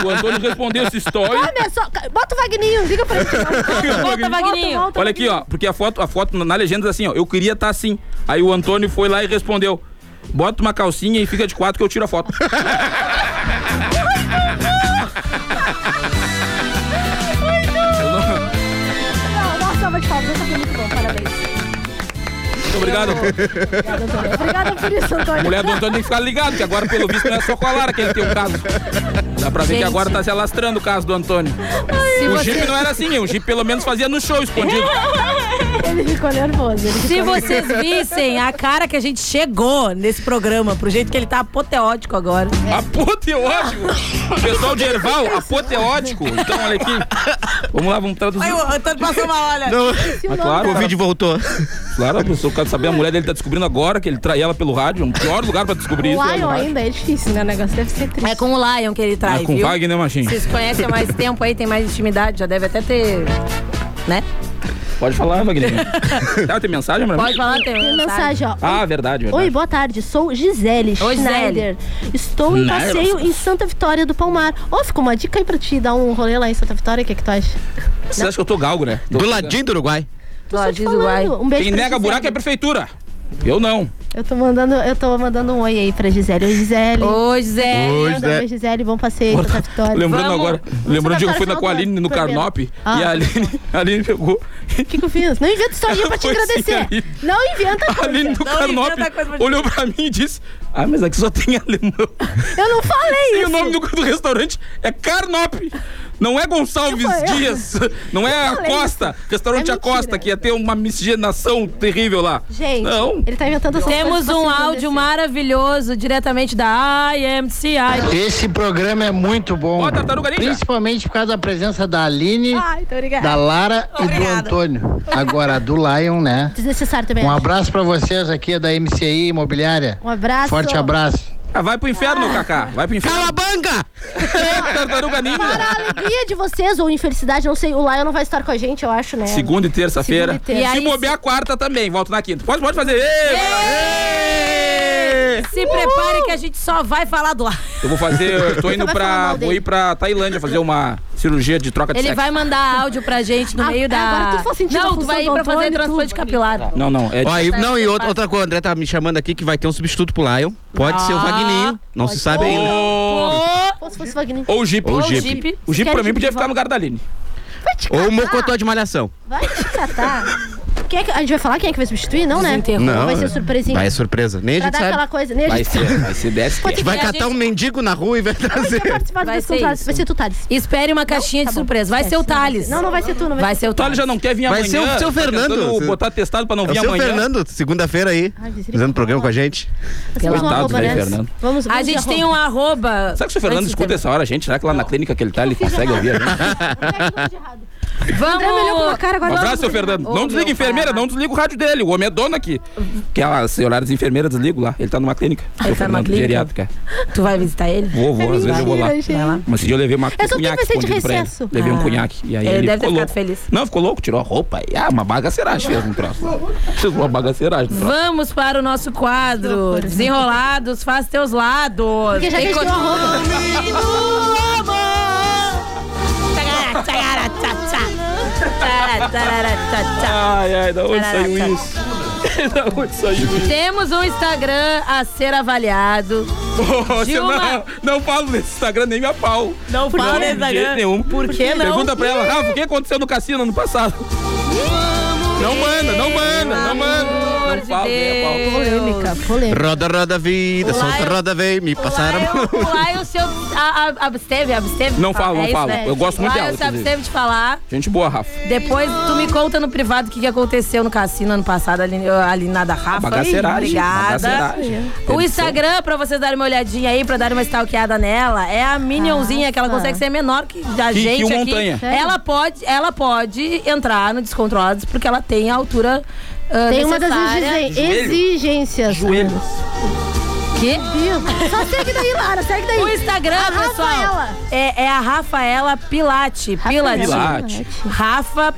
Speaker 5: O Antônio respondeu esse story.
Speaker 6: Ah, minha so- ca- Bota o Vagninho, liga pra ele. Volta,
Speaker 4: volta, Vagninho.
Speaker 6: volta,
Speaker 5: Olha aqui, ó, porque a foto, a foto na legenda diz assim, ó, eu queria estar assim. Aí o Antônio foi lá e respondeu: "Bota uma calcinha e fica de quatro que eu tiro a foto".
Speaker 6: Não, dá uma salva de palmas, essa foi muito bom, parabéns.
Speaker 5: Muito obrigado.
Speaker 6: Obrigada por isso,
Speaker 5: A
Speaker 6: Antônio.
Speaker 5: mulher do Antônio tem que ficar ligado, que agora pelo visto não é só com a Lara que ele tem um caso. Dá pra ver que
Speaker 4: Gente.
Speaker 5: agora tá se alastrando o caso do Antônio.
Speaker 4: Se
Speaker 5: o
Speaker 4: você-
Speaker 5: Jeep não era assim, né? o Jeep pelo menos fazia no show escondido.
Speaker 6: Ele ficou nervoso. Ele
Speaker 4: Se
Speaker 6: ficou
Speaker 4: vocês
Speaker 6: nervoso.
Speaker 4: vissem a cara que a gente chegou nesse programa, pro jeito que ele tá apoteótico agora.
Speaker 5: Apoteótico! O pessoal de Erval, apoteótico. Então, olha aqui. Vamos lá, vamos traduzir.
Speaker 4: Aí o Antônio passou uma olha.
Speaker 7: Não.
Speaker 5: Mas Ah, claro,
Speaker 7: O Covid voltou.
Speaker 5: Claro, a pessoa quer saber, a mulher dele tá descobrindo agora que ele trai ela pelo rádio. É um pior lugar pra descobrir isso.
Speaker 6: O
Speaker 5: é no
Speaker 6: Lion
Speaker 5: rádio.
Speaker 6: ainda é difícil, né? O negócio deve ser triste.
Speaker 4: É com o Lion que ele traz,
Speaker 5: Ah, com
Speaker 4: viu?
Speaker 5: Wagner Machinho.
Speaker 4: Vocês conhecem há mais tempo aí, tem mais intimidade, já deve até ter. Né?
Speaker 5: Pode falar, Wagner. Tá, tem mensagem pra mim?
Speaker 4: Pode falar, tem
Speaker 6: Tem mensagem, ó.
Speaker 5: Ah, verdade, verdade.
Speaker 6: Oi, boa tarde. Sou Gisele
Speaker 4: Oi,
Speaker 6: Schneider. Estou em
Speaker 5: Schneider.
Speaker 6: passeio em Santa Vitória do Palmar. Ó, ficou uma dica aí pra te dar um rolê lá em Santa Vitória. O que, é que tu acha?
Speaker 5: Você acha que eu tô galgo, né?
Speaker 7: Do ladinho do Uruguai.
Speaker 4: Ó, diz o Uruguai.
Speaker 6: Falando, Um beijo
Speaker 5: Quem
Speaker 6: pra
Speaker 5: nega
Speaker 6: Gisele.
Speaker 5: buraco é a prefeitura. Eu não.
Speaker 6: Eu tô mandando, eu tô mandando um oi aí pra Gisele. Oi, Gisele.
Speaker 4: Ô,
Speaker 7: Oi,
Speaker 4: Zé.
Speaker 6: Manda um
Speaker 7: Gisele.
Speaker 6: Oi, Gisele. Bom passeio em Santa Vitória.
Speaker 5: Lembrando
Speaker 4: Vamos. tá
Speaker 5: agora, lembrando que eu fui na,
Speaker 6: Santa
Speaker 5: com a Aline no
Speaker 6: Vitória,
Speaker 5: Carnop
Speaker 6: Ah.
Speaker 5: e a Aline, a Aline pegou.
Speaker 6: O que, que eu fiz? Não inventa historinha pra te
Speaker 5: Foi sem
Speaker 6: agradecer.
Speaker 5: Aline.
Speaker 6: Não inventa
Speaker 5: A Aline
Speaker 6: coisa.
Speaker 5: no
Speaker 4: Não
Speaker 5: Carnop
Speaker 4: inventa coisa pra gente.
Speaker 5: olhou pra mim e disse: Ah, mas aqui só tem alemão.
Speaker 6: Eu não falei
Speaker 5: E
Speaker 6: É isso.
Speaker 5: o nome do, do restaurante é Carnop. Não é Gonçalves
Speaker 6: Eu falei.
Speaker 5: Dias, não é a
Speaker 6: falei
Speaker 5: Costa, restaurante
Speaker 6: É
Speaker 5: a Costa,
Speaker 6: mentira.
Speaker 5: que ia ter uma miscigenação terrível lá.
Speaker 6: Gente,
Speaker 5: Não.
Speaker 6: ele tá inventando essas coisas
Speaker 4: Temos
Speaker 6: pra
Speaker 4: um
Speaker 6: se
Speaker 4: áudio
Speaker 6: engrandecer.
Speaker 4: maravilhoso diretamente da IMCI.
Speaker 15: Esse programa é muito bom.
Speaker 5: Ó, tartaruga ninja.
Speaker 15: Principalmente por causa da presença da Aline,
Speaker 6: Ai, tô obrigada.
Speaker 15: da Lara e do Antônio. Agora, a do Lion, né?
Speaker 6: Desnecessário também.
Speaker 15: Um
Speaker 6: acho.
Speaker 15: abraço pra vocês aqui é da MCI Imobiliária.
Speaker 6: Um abraço.
Speaker 15: Forte abraço.
Speaker 5: Ah, vai pro inferno, Cacá. Vai pro inferno.
Speaker 7: Cala a banca!
Speaker 5: Tartaruga
Speaker 6: Para
Speaker 5: ninja.
Speaker 6: a alegria de vocês, ou infelicidade, não sei, o Lion não vai estar com a gente, eu acho, né?
Speaker 5: Segunda e terça-feira.
Speaker 6: Segunda e terça.
Speaker 5: Se
Speaker 6: E aí,
Speaker 5: bobear quarta também, volto na quinta. Pode, pode fazer. Ei, vai lá. Ei!
Speaker 4: Se prepare que a gente só vai falar do lá.
Speaker 5: Eu vou fazer, eu tô indo
Speaker 6: vai falar
Speaker 5: pra.
Speaker 6: mal
Speaker 5: Vou
Speaker 6: dele.
Speaker 5: ir pra Tailândia fazer uma cirurgia de troca de
Speaker 4: Ele
Speaker 5: sexo.
Speaker 4: vai mandar áudio pra gente no
Speaker 6: Ah,
Speaker 4: meio da.
Speaker 6: agora tu foi sentindo a
Speaker 4: Não, tu
Speaker 6: função
Speaker 4: vai ir
Speaker 6: do
Speaker 4: pra fazer
Speaker 6: Antônio,
Speaker 4: transplante
Speaker 6: tudo.
Speaker 4: capilar.
Speaker 5: Não, não. É
Speaker 7: Ó, aí- não, e outra, outra coisa, o André tá me chamando aqui que vai ter um substituto pro Lion. Pode ser o
Speaker 4: Ah.
Speaker 7: Vagninho. Não se sabe ainda.
Speaker 5: Ou
Speaker 6: Pô, se fosse Wagner.
Speaker 5: ou o Jeep.
Speaker 7: Ou o
Speaker 4: Jeep.
Speaker 7: Jeep.
Speaker 5: O Jeep
Speaker 6: Quer
Speaker 5: pra mim
Speaker 6: Jeep
Speaker 5: podia
Speaker 6: de
Speaker 5: ficar no lugar da Aline.
Speaker 6: Vai te
Speaker 7: Ou o
Speaker 6: catar.
Speaker 7: Mocotó de Malhação.
Speaker 6: Vai te catar. Quem é que, a gente vai falar quem é que vai substituir? Não, né?
Speaker 4: Desenterrou.
Speaker 7: Não.
Speaker 6: Vai ser surpresinha.
Speaker 7: Vai ser surpresa. Nem a
Speaker 6: pra
Speaker 7: gente
Speaker 6: dar aquela
Speaker 7: sabe.
Speaker 6: coisa. Nem a
Speaker 5: Vai
Speaker 6: gente
Speaker 5: ser, vai ser desse.
Speaker 7: A gente vai
Speaker 4: E a
Speaker 7: catar
Speaker 4: gente-
Speaker 7: um mendigo na rua e vai trazer.
Speaker 6: vai participar
Speaker 4: Vai
Speaker 6: desse
Speaker 4: ser
Speaker 6: contrato.
Speaker 4: isso.
Speaker 6: Vai ser tu, Thales.
Speaker 4: Espere uma caixinha de surpresa. É, Vai ser o Thales.
Speaker 6: Não, não vai ser tu, não vai,
Speaker 4: Vai ser o
Speaker 5: O Tolly
Speaker 4: Thales.
Speaker 5: Então já não quer vir
Speaker 7: Vai
Speaker 5: amanhã.
Speaker 7: ser o seu
Speaker 5: tá
Speaker 7: Fernando.
Speaker 5: tentando
Speaker 7: Você-
Speaker 5: botar testado pra não
Speaker 7: É o
Speaker 5: vir
Speaker 7: seu
Speaker 5: amanhã.
Speaker 7: Fernando, segunda-feira aí,
Speaker 6: Ai, misericórdia.
Speaker 7: fazendo programa com a gente.
Speaker 6: Vamos no
Speaker 5: Coitado,
Speaker 6: arroba,
Speaker 5: né,
Speaker 6: né?
Speaker 5: Fernando?
Speaker 6: Vamos,
Speaker 4: A gente tem um arroba.
Speaker 5: Será que o seu Fernando
Speaker 4: antes do
Speaker 5: escuta
Speaker 4: tema.
Speaker 5: essa hora, gente? Será que lá na clínica que ele tá, ele consegue ouvir a gente?
Speaker 6: um...
Speaker 4: Vamos.
Speaker 6: André me olhou com uma cara agora.
Speaker 5: Um abraço, seu Fernando. Não desliga, enfermeira, não desliga o rádio dele. O homem é dono aqui. Que ela, se olhar as enfermeiras, desligo lá. Ele tá numa clínica. Seu
Speaker 4: tá numa
Speaker 5: Fernando,
Speaker 4: clínica?
Speaker 5: Geriátrica.
Speaker 4: Tu vai visitar ele?
Speaker 5: Vou, vou, às vezes eu vou lá.
Speaker 4: mentira, gente. Vai lá.
Speaker 5: Mas esse dia eu levei uma
Speaker 4: Eu só
Speaker 5: um cunhaque
Speaker 4: tenho receita de
Speaker 5: escondido pra ele.
Speaker 4: recesso.
Speaker 5: Levei um
Speaker 4: Ah.
Speaker 5: cunhaque. E aí
Speaker 4: Ele
Speaker 5: ele,
Speaker 4: deve ter
Speaker 5: ficou
Speaker 4: ficado
Speaker 5: louco.
Speaker 4: feliz.
Speaker 5: Não, ficou louco, tirou a roupa. E, ah, uma bagaceragem fez um troço. Fez uma bagaceragem. um troço.
Speaker 4: Vamos para o nosso quadro. Desenrolados, faz teus lados.
Speaker 6: Porque já que a gente
Speaker 4: Enquanto-
Speaker 6: deu a roupa.
Speaker 4: Tchacara, tchacara, tchá, tchá. Tchara, tarara, tchá, tchá.
Speaker 5: Ai, ai, da onde
Speaker 4: Tarará,
Speaker 5: saiu
Speaker 4: tarará.
Speaker 5: isso? da onde saiu isso?
Speaker 4: Temos um Instagram a ser avaliado.
Speaker 5: Ô,
Speaker 4: de
Speaker 5: você
Speaker 4: uma...
Speaker 5: não, não falo nesse Instagram nem me pau.
Speaker 4: Não
Speaker 5: Por
Speaker 4: fala
Speaker 5: que?
Speaker 4: nesse
Speaker 5: De
Speaker 4: Instagram.
Speaker 5: jeito nenhum.
Speaker 4: Por que não?
Speaker 5: Pergunta pra ela, Rafa, o que aconteceu no cassino ano passado? Não manda, não manda, não manda. Não falo nem a pau.
Speaker 6: Polêmica, polêmica.
Speaker 7: Roda, roda, vida,
Speaker 4: Olá,
Speaker 7: solta,
Speaker 4: É. eu-
Speaker 7: roda, vem, me passaram.
Speaker 4: Lá eu se a- a- absteve, absteve. de
Speaker 5: Não
Speaker 4: falar. É
Speaker 5: falo, não
Speaker 4: isso, né?
Speaker 5: falo. Eu gosto muito
Speaker 4: Lá
Speaker 5: dela,
Speaker 4: eu se
Speaker 5: inclusive.
Speaker 4: absteve de falar.
Speaker 5: Gente boa, Rafa.
Speaker 4: Depois tu me conta no privado o que, que aconteceu no cassino ano passado ali, ali na da Rafa.
Speaker 5: Bagaceragem,
Speaker 4: Obrigada.
Speaker 5: bagaceragem.
Speaker 4: O Instagram, pra vocês darem uma olhadinha aí, pra dar uma stalkeada nela, é a Minionzinha, que ela consegue ser menor que da
Speaker 5: Que-
Speaker 4: gente
Speaker 5: que o
Speaker 4: aqui.
Speaker 5: Montanha. Sério?
Speaker 4: Ela pode, ela pode entrar no Descontrolados, porque ela tem a altura ah,
Speaker 6: Tem uma das
Speaker 4: necessária.
Speaker 6: exige- exigências.
Speaker 5: Joelhos.
Speaker 4: Quê?
Speaker 6: Só segue daí, Lara, segue daí.
Speaker 4: O Instagram,
Speaker 6: A
Speaker 4: pessoal,
Speaker 6: Rafaela.
Speaker 4: É, é a Rafaela Pilate. Pilate.
Speaker 5: Pilate.
Speaker 4: Rafa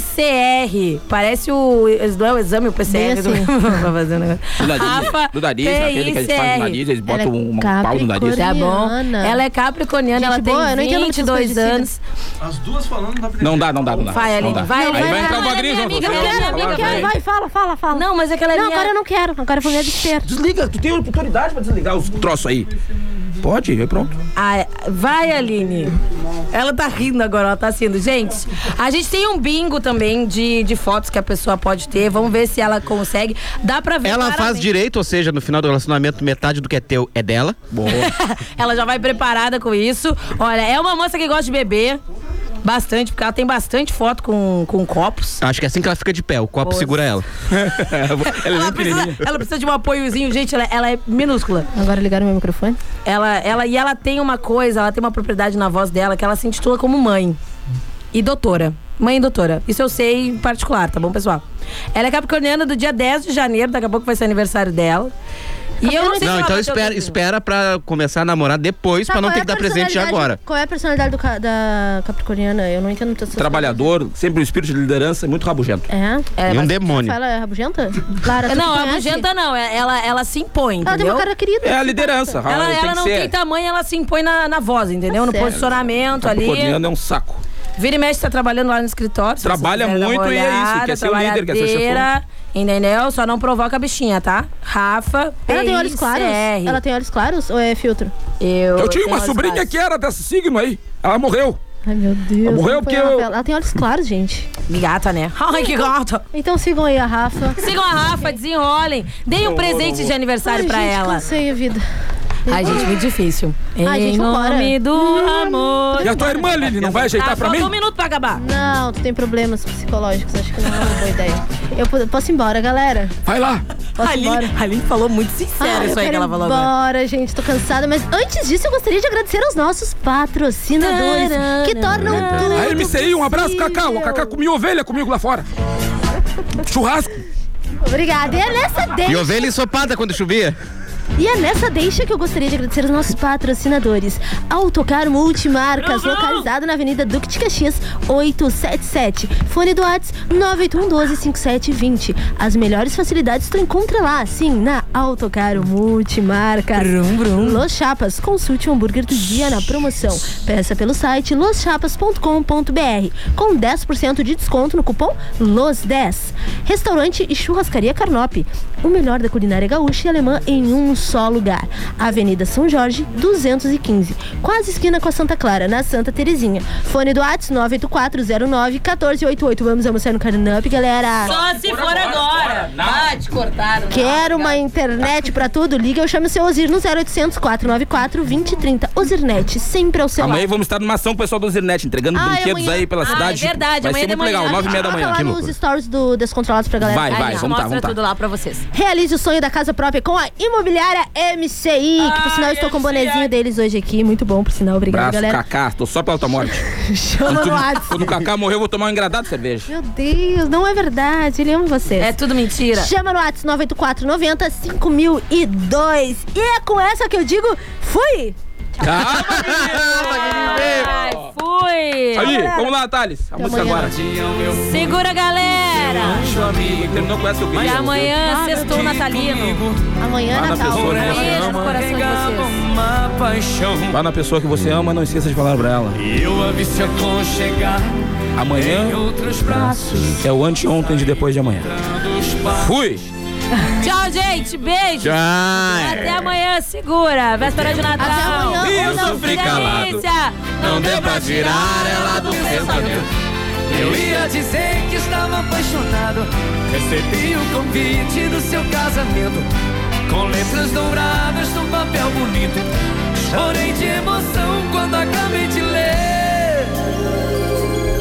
Speaker 4: P-I-C-R. Parece o. Não é o exame, o PCR.
Speaker 6: Bem assim.
Speaker 4: Do... Pra fazer um negócio.
Speaker 5: Do nariz,
Speaker 4: Rafa
Speaker 5: do nariz, aquele que eles fazem no nariz, eles
Speaker 4: Ela é
Speaker 5: botam um, um pau no nariz.
Speaker 4: Tá bom.
Speaker 6: Capricorniana.
Speaker 4: Ela é capricorniana,
Speaker 6: Gente
Speaker 4: ela tem
Speaker 6: boa, eu não entendo muito essas
Speaker 4: 22
Speaker 6: coisas de
Speaker 4: anos.
Speaker 24: As duas falando da
Speaker 5: Não dá, não dá, não dá.
Speaker 4: Vai,
Speaker 5: não
Speaker 4: Aline,
Speaker 5: dá.
Speaker 4: vai,
Speaker 5: Aí
Speaker 4: Aline,
Speaker 5: vai
Speaker 4: vai,
Speaker 5: entrar o
Speaker 4: vai,
Speaker 5: Magrinho,
Speaker 4: minha
Speaker 5: João.
Speaker 4: amiga,
Speaker 5: vocês
Speaker 4: eu
Speaker 5: vão
Speaker 4: quero,
Speaker 5: falar,
Speaker 4: eu
Speaker 5: vai.
Speaker 4: quero,
Speaker 6: Vai, fala, fala, fala.
Speaker 4: é Não, mas aquela ali
Speaker 6: Não,
Speaker 4: é-
Speaker 6: agora eu não quero. Agora eu vou me abster.
Speaker 5: Desliga, tu tem autoridade pra desligar os troços aí. Pode, é pronto.
Speaker 4: Ah, vai, Aline. Ela tá rindo agora, ela tá sendo. Gente, a gente tem um bingo também de, de fotos que a pessoa pode ter. Vamos ver se ela consegue. Dá pra ver.
Speaker 7: Ela faz
Speaker 4: claramente.
Speaker 7: direito, ou seja, no final do relacionamento, metade do que é teu é dela. Boa.
Speaker 4: Ela já vai preparada com isso. Olha, é uma moça que gosta de beber. Bastante, porque ela tem bastante foto com, com copos.
Speaker 7: Acho que é assim que ela fica de pé, o copo
Speaker 4: Boa.
Speaker 7: segura ela.
Speaker 5: Ela é
Speaker 4: Ela
Speaker 5: bem
Speaker 4: precisa,
Speaker 5: pequenininha.
Speaker 4: ela precisa de um apoiozinho, gente. Ela, ela é minúscula.
Speaker 6: Agora ligaram meu microfone.
Speaker 4: Ela, ela, e ela tem uma coisa, ela tem uma propriedade na voz dela que ela se intitula como mãe e doutora. Mãe e doutora. Isso eu sei em particular, tá bom, pessoal? Ela é capricorniana do dia 10 de janeiro, daqui a pouco vai ser aniversário dela. E eu não sei
Speaker 7: Não,
Speaker 4: se ela Tá
Speaker 7: então
Speaker 4: bateu
Speaker 7: espera,
Speaker 4: o dedo.
Speaker 7: espera pra começar a namorar depois, pra não
Speaker 4: é
Speaker 7: ter que dar presente agora.
Speaker 6: Qual é a é personalidade do ca- da Capricorniana? Eu não entendo muito essas
Speaker 5: Trabalhador, sempre o espírito de liderança, muito rabugento.
Speaker 6: É?
Speaker 7: E um demônio.
Speaker 6: Fala, é rabugenta? Lara, tu
Speaker 4: Não,
Speaker 6: que
Speaker 4: a
Speaker 6: conhece?
Speaker 4: Magenta não, é- ela, ela se impõe,
Speaker 6: Ela tem
Speaker 4: entendeu?
Speaker 6: uma cara querida.
Speaker 5: É a liderança, Rafa.
Speaker 4: Ela,
Speaker 5: tem
Speaker 4: ela
Speaker 5: que
Speaker 4: não
Speaker 5: ser.
Speaker 4: tem tamanho, ela se impõe na, na voz, entendeu? No
Speaker 6: Tá certo.
Speaker 4: posicionamento ali.
Speaker 5: Capricorniano é um saco.
Speaker 4: Vira e mexe, tá trabalhando lá no escritório. se você
Speaker 5: Trabalha
Speaker 4: quiser dar uma
Speaker 5: muito e é isso,
Speaker 4: olhada,
Speaker 5: quer ser o líder, quer ser
Speaker 4: trabalhadeira, Entendeu? Só não provoca a bichinha, tá? Rafa,
Speaker 6: Ela tem olhos claros?
Speaker 4: PICR.
Speaker 6: Ela tem olhos claros ou é filtro?
Speaker 4: Eu,
Speaker 5: Eu tinha uma
Speaker 4: tenho olhos
Speaker 5: sobrinha
Speaker 4: claros.
Speaker 5: que era desse signo aí. Ela morreu.
Speaker 6: Ai, meu Deus.
Speaker 5: Ela morreu
Speaker 6: não foi
Speaker 5: porque eu-
Speaker 6: Rafaela. Ela tem olhos claros, gente.
Speaker 4: Gata, né? Ai, que gata.
Speaker 6: Então sigam aí a Rafa.
Speaker 4: Sigam a Rafa, desenrolem. Deem um
Speaker 5: Não vou, não
Speaker 4: presente
Speaker 5: vou.
Speaker 4: de aniversário
Speaker 6: Ai,
Speaker 4: pra
Speaker 6: gente,
Speaker 4: ela.
Speaker 6: cansei a vida.
Speaker 4: Ai, gente, muito difícil.
Speaker 6: Ai,
Speaker 4: em
Speaker 6: gente, vambora. Hum.
Speaker 4: nome do amor.
Speaker 5: E a tua irmã, Lili, não vai
Speaker 4: Tá,
Speaker 5: ajeitar pra
Speaker 4: falta
Speaker 5: mim?
Speaker 4: um minuto pra acabar.
Speaker 6: Não, tu tem problemas psicológicos. Acho que não é uma boa ideia. Eu po- posso ir embora, galera.
Speaker 5: Vai lá.
Speaker 6: Posso ir embora.
Speaker 4: A Aline falou muito sincero
Speaker 6: Ai,
Speaker 4: isso
Speaker 6: eu
Speaker 4: aí que
Speaker 6: quero
Speaker 4: ela
Speaker 6: ir
Speaker 4: falou agora.
Speaker 6: embora, gente, tô cansada. Mas antes disso, eu gostaria de agradecer aos nossos patrocinadores que tornam tudo
Speaker 5: A MCI, um abraço,
Speaker 6: possível.
Speaker 5: Cacau. O Cacá comia ovelha comigo lá fora. Churrasco.
Speaker 6: Obrigada. E é nessa
Speaker 7: E
Speaker 6: deixa.
Speaker 7: ovelha ensopada quando chovia.
Speaker 6: E é nessa deixa que eu gostaria de agradecer aos nossos patrocinadores. Autocar Multimarcas, localizado na Avenida Duque de Caxias, 877. Fone do Whats 981 12 5720. As melhores facilidades tu encontra lá, sim, na Autocar Multimarcas.
Speaker 4: Brum, brum.
Speaker 6: Los Chapas, consulte o hambúrguer do dia na promoção. Peça pelo site loschapas.com.br com 10% de desconto no cupom LOS10. Restaurante e churrascaria Carnop, o melhor da culinária gaúcha e alemã em um só lugar. Avenida São Jorge, 215, quase esquina com a Santa Clara, na Santa Terezinha. Fone do Whats 98409 1488. Vamos almoçar no Carnop, galera.
Speaker 4: Só se for agora. Ah, te cortaram.
Speaker 6: Quero uma internet pra tudo? Liga, eu chamo o seu Ozir no 0800 494 2030. Ozirnet, sempre ao seu
Speaker 5: Amanhã
Speaker 6: lado.
Speaker 5: vamos estar numa ação pessoal do Zirnet, entregando
Speaker 6: Ai,
Speaker 5: brinquedos
Speaker 6: amanhã-
Speaker 5: aí pela
Speaker 6: Ah,
Speaker 5: cidade.
Speaker 4: é verdade,
Speaker 5: vai
Speaker 4: amanhã
Speaker 5: ser
Speaker 4: de
Speaker 5: muito
Speaker 4: manhã.
Speaker 5: legal,
Speaker 4: A
Speaker 5: 9
Speaker 4: gente
Speaker 5: h da
Speaker 6: Coloca
Speaker 5: manhã.
Speaker 6: lá nos stories do Descontrolados pra galera.
Speaker 5: Vai,
Speaker 4: Aí
Speaker 5: vai,
Speaker 4: a gente
Speaker 5: vamos tá,
Speaker 4: mostra
Speaker 5: vamos tá.
Speaker 4: tudo lá pra vocês.
Speaker 6: Realize o sonho da casa própria com a Imobiliária MCI, que por sinal estou com o bonezinho deles hoje aqui. Muito bom, por sinal. Obrigada,
Speaker 5: Braço,
Speaker 6: galera.
Speaker 5: Cacá, tô só pela tua morte.
Speaker 6: Chama
Speaker 5: Quando
Speaker 6: no
Speaker 5: tu-
Speaker 6: WhatsApp.
Speaker 5: Quando o Cacá morrer, eu vou tomar um engradado de cerveja.
Speaker 6: Meu Deus, não é verdade. Ele ama vocês. É
Speaker 4: tudo mentira.
Speaker 6: Chama no WhatsApp 98490 5002. E é com essa que eu digo, fui!
Speaker 4: Ai, fui!
Speaker 5: Aí, vamos lá, Thales. A música agora.
Speaker 4: Segura, galera!
Speaker 5: Terminou com essa que eu
Speaker 4: E
Speaker 5: queria.
Speaker 4: amanhã, sextou natalino.
Speaker 6: Amanhã
Speaker 5: Fala, Natal. pessoa, né?
Speaker 4: Beijo no coração de vocês.
Speaker 9: Uma paixão.
Speaker 5: Vá na pessoa que você ama, não esqueça de falar pra ela.
Speaker 9: Eu a vi se aconchegar
Speaker 5: Amanhã
Speaker 9: em outros braços.
Speaker 5: é o anteontem de depois de amanhã. Fui!
Speaker 4: Tchau, gente. Beijo.
Speaker 5: Tchau.
Speaker 4: Até amanhã, segura. Véspera de Natal.
Speaker 9: Até amanhã, E ou eu não. sofri
Speaker 4: Que
Speaker 9: calado.
Speaker 4: delícia.
Speaker 9: Não deu pra tirar ela do pensamento. Eu ia dizer que estava apaixonado. Recebi o convite do seu casamento. Com letras douradas num papel bonito. Chorei de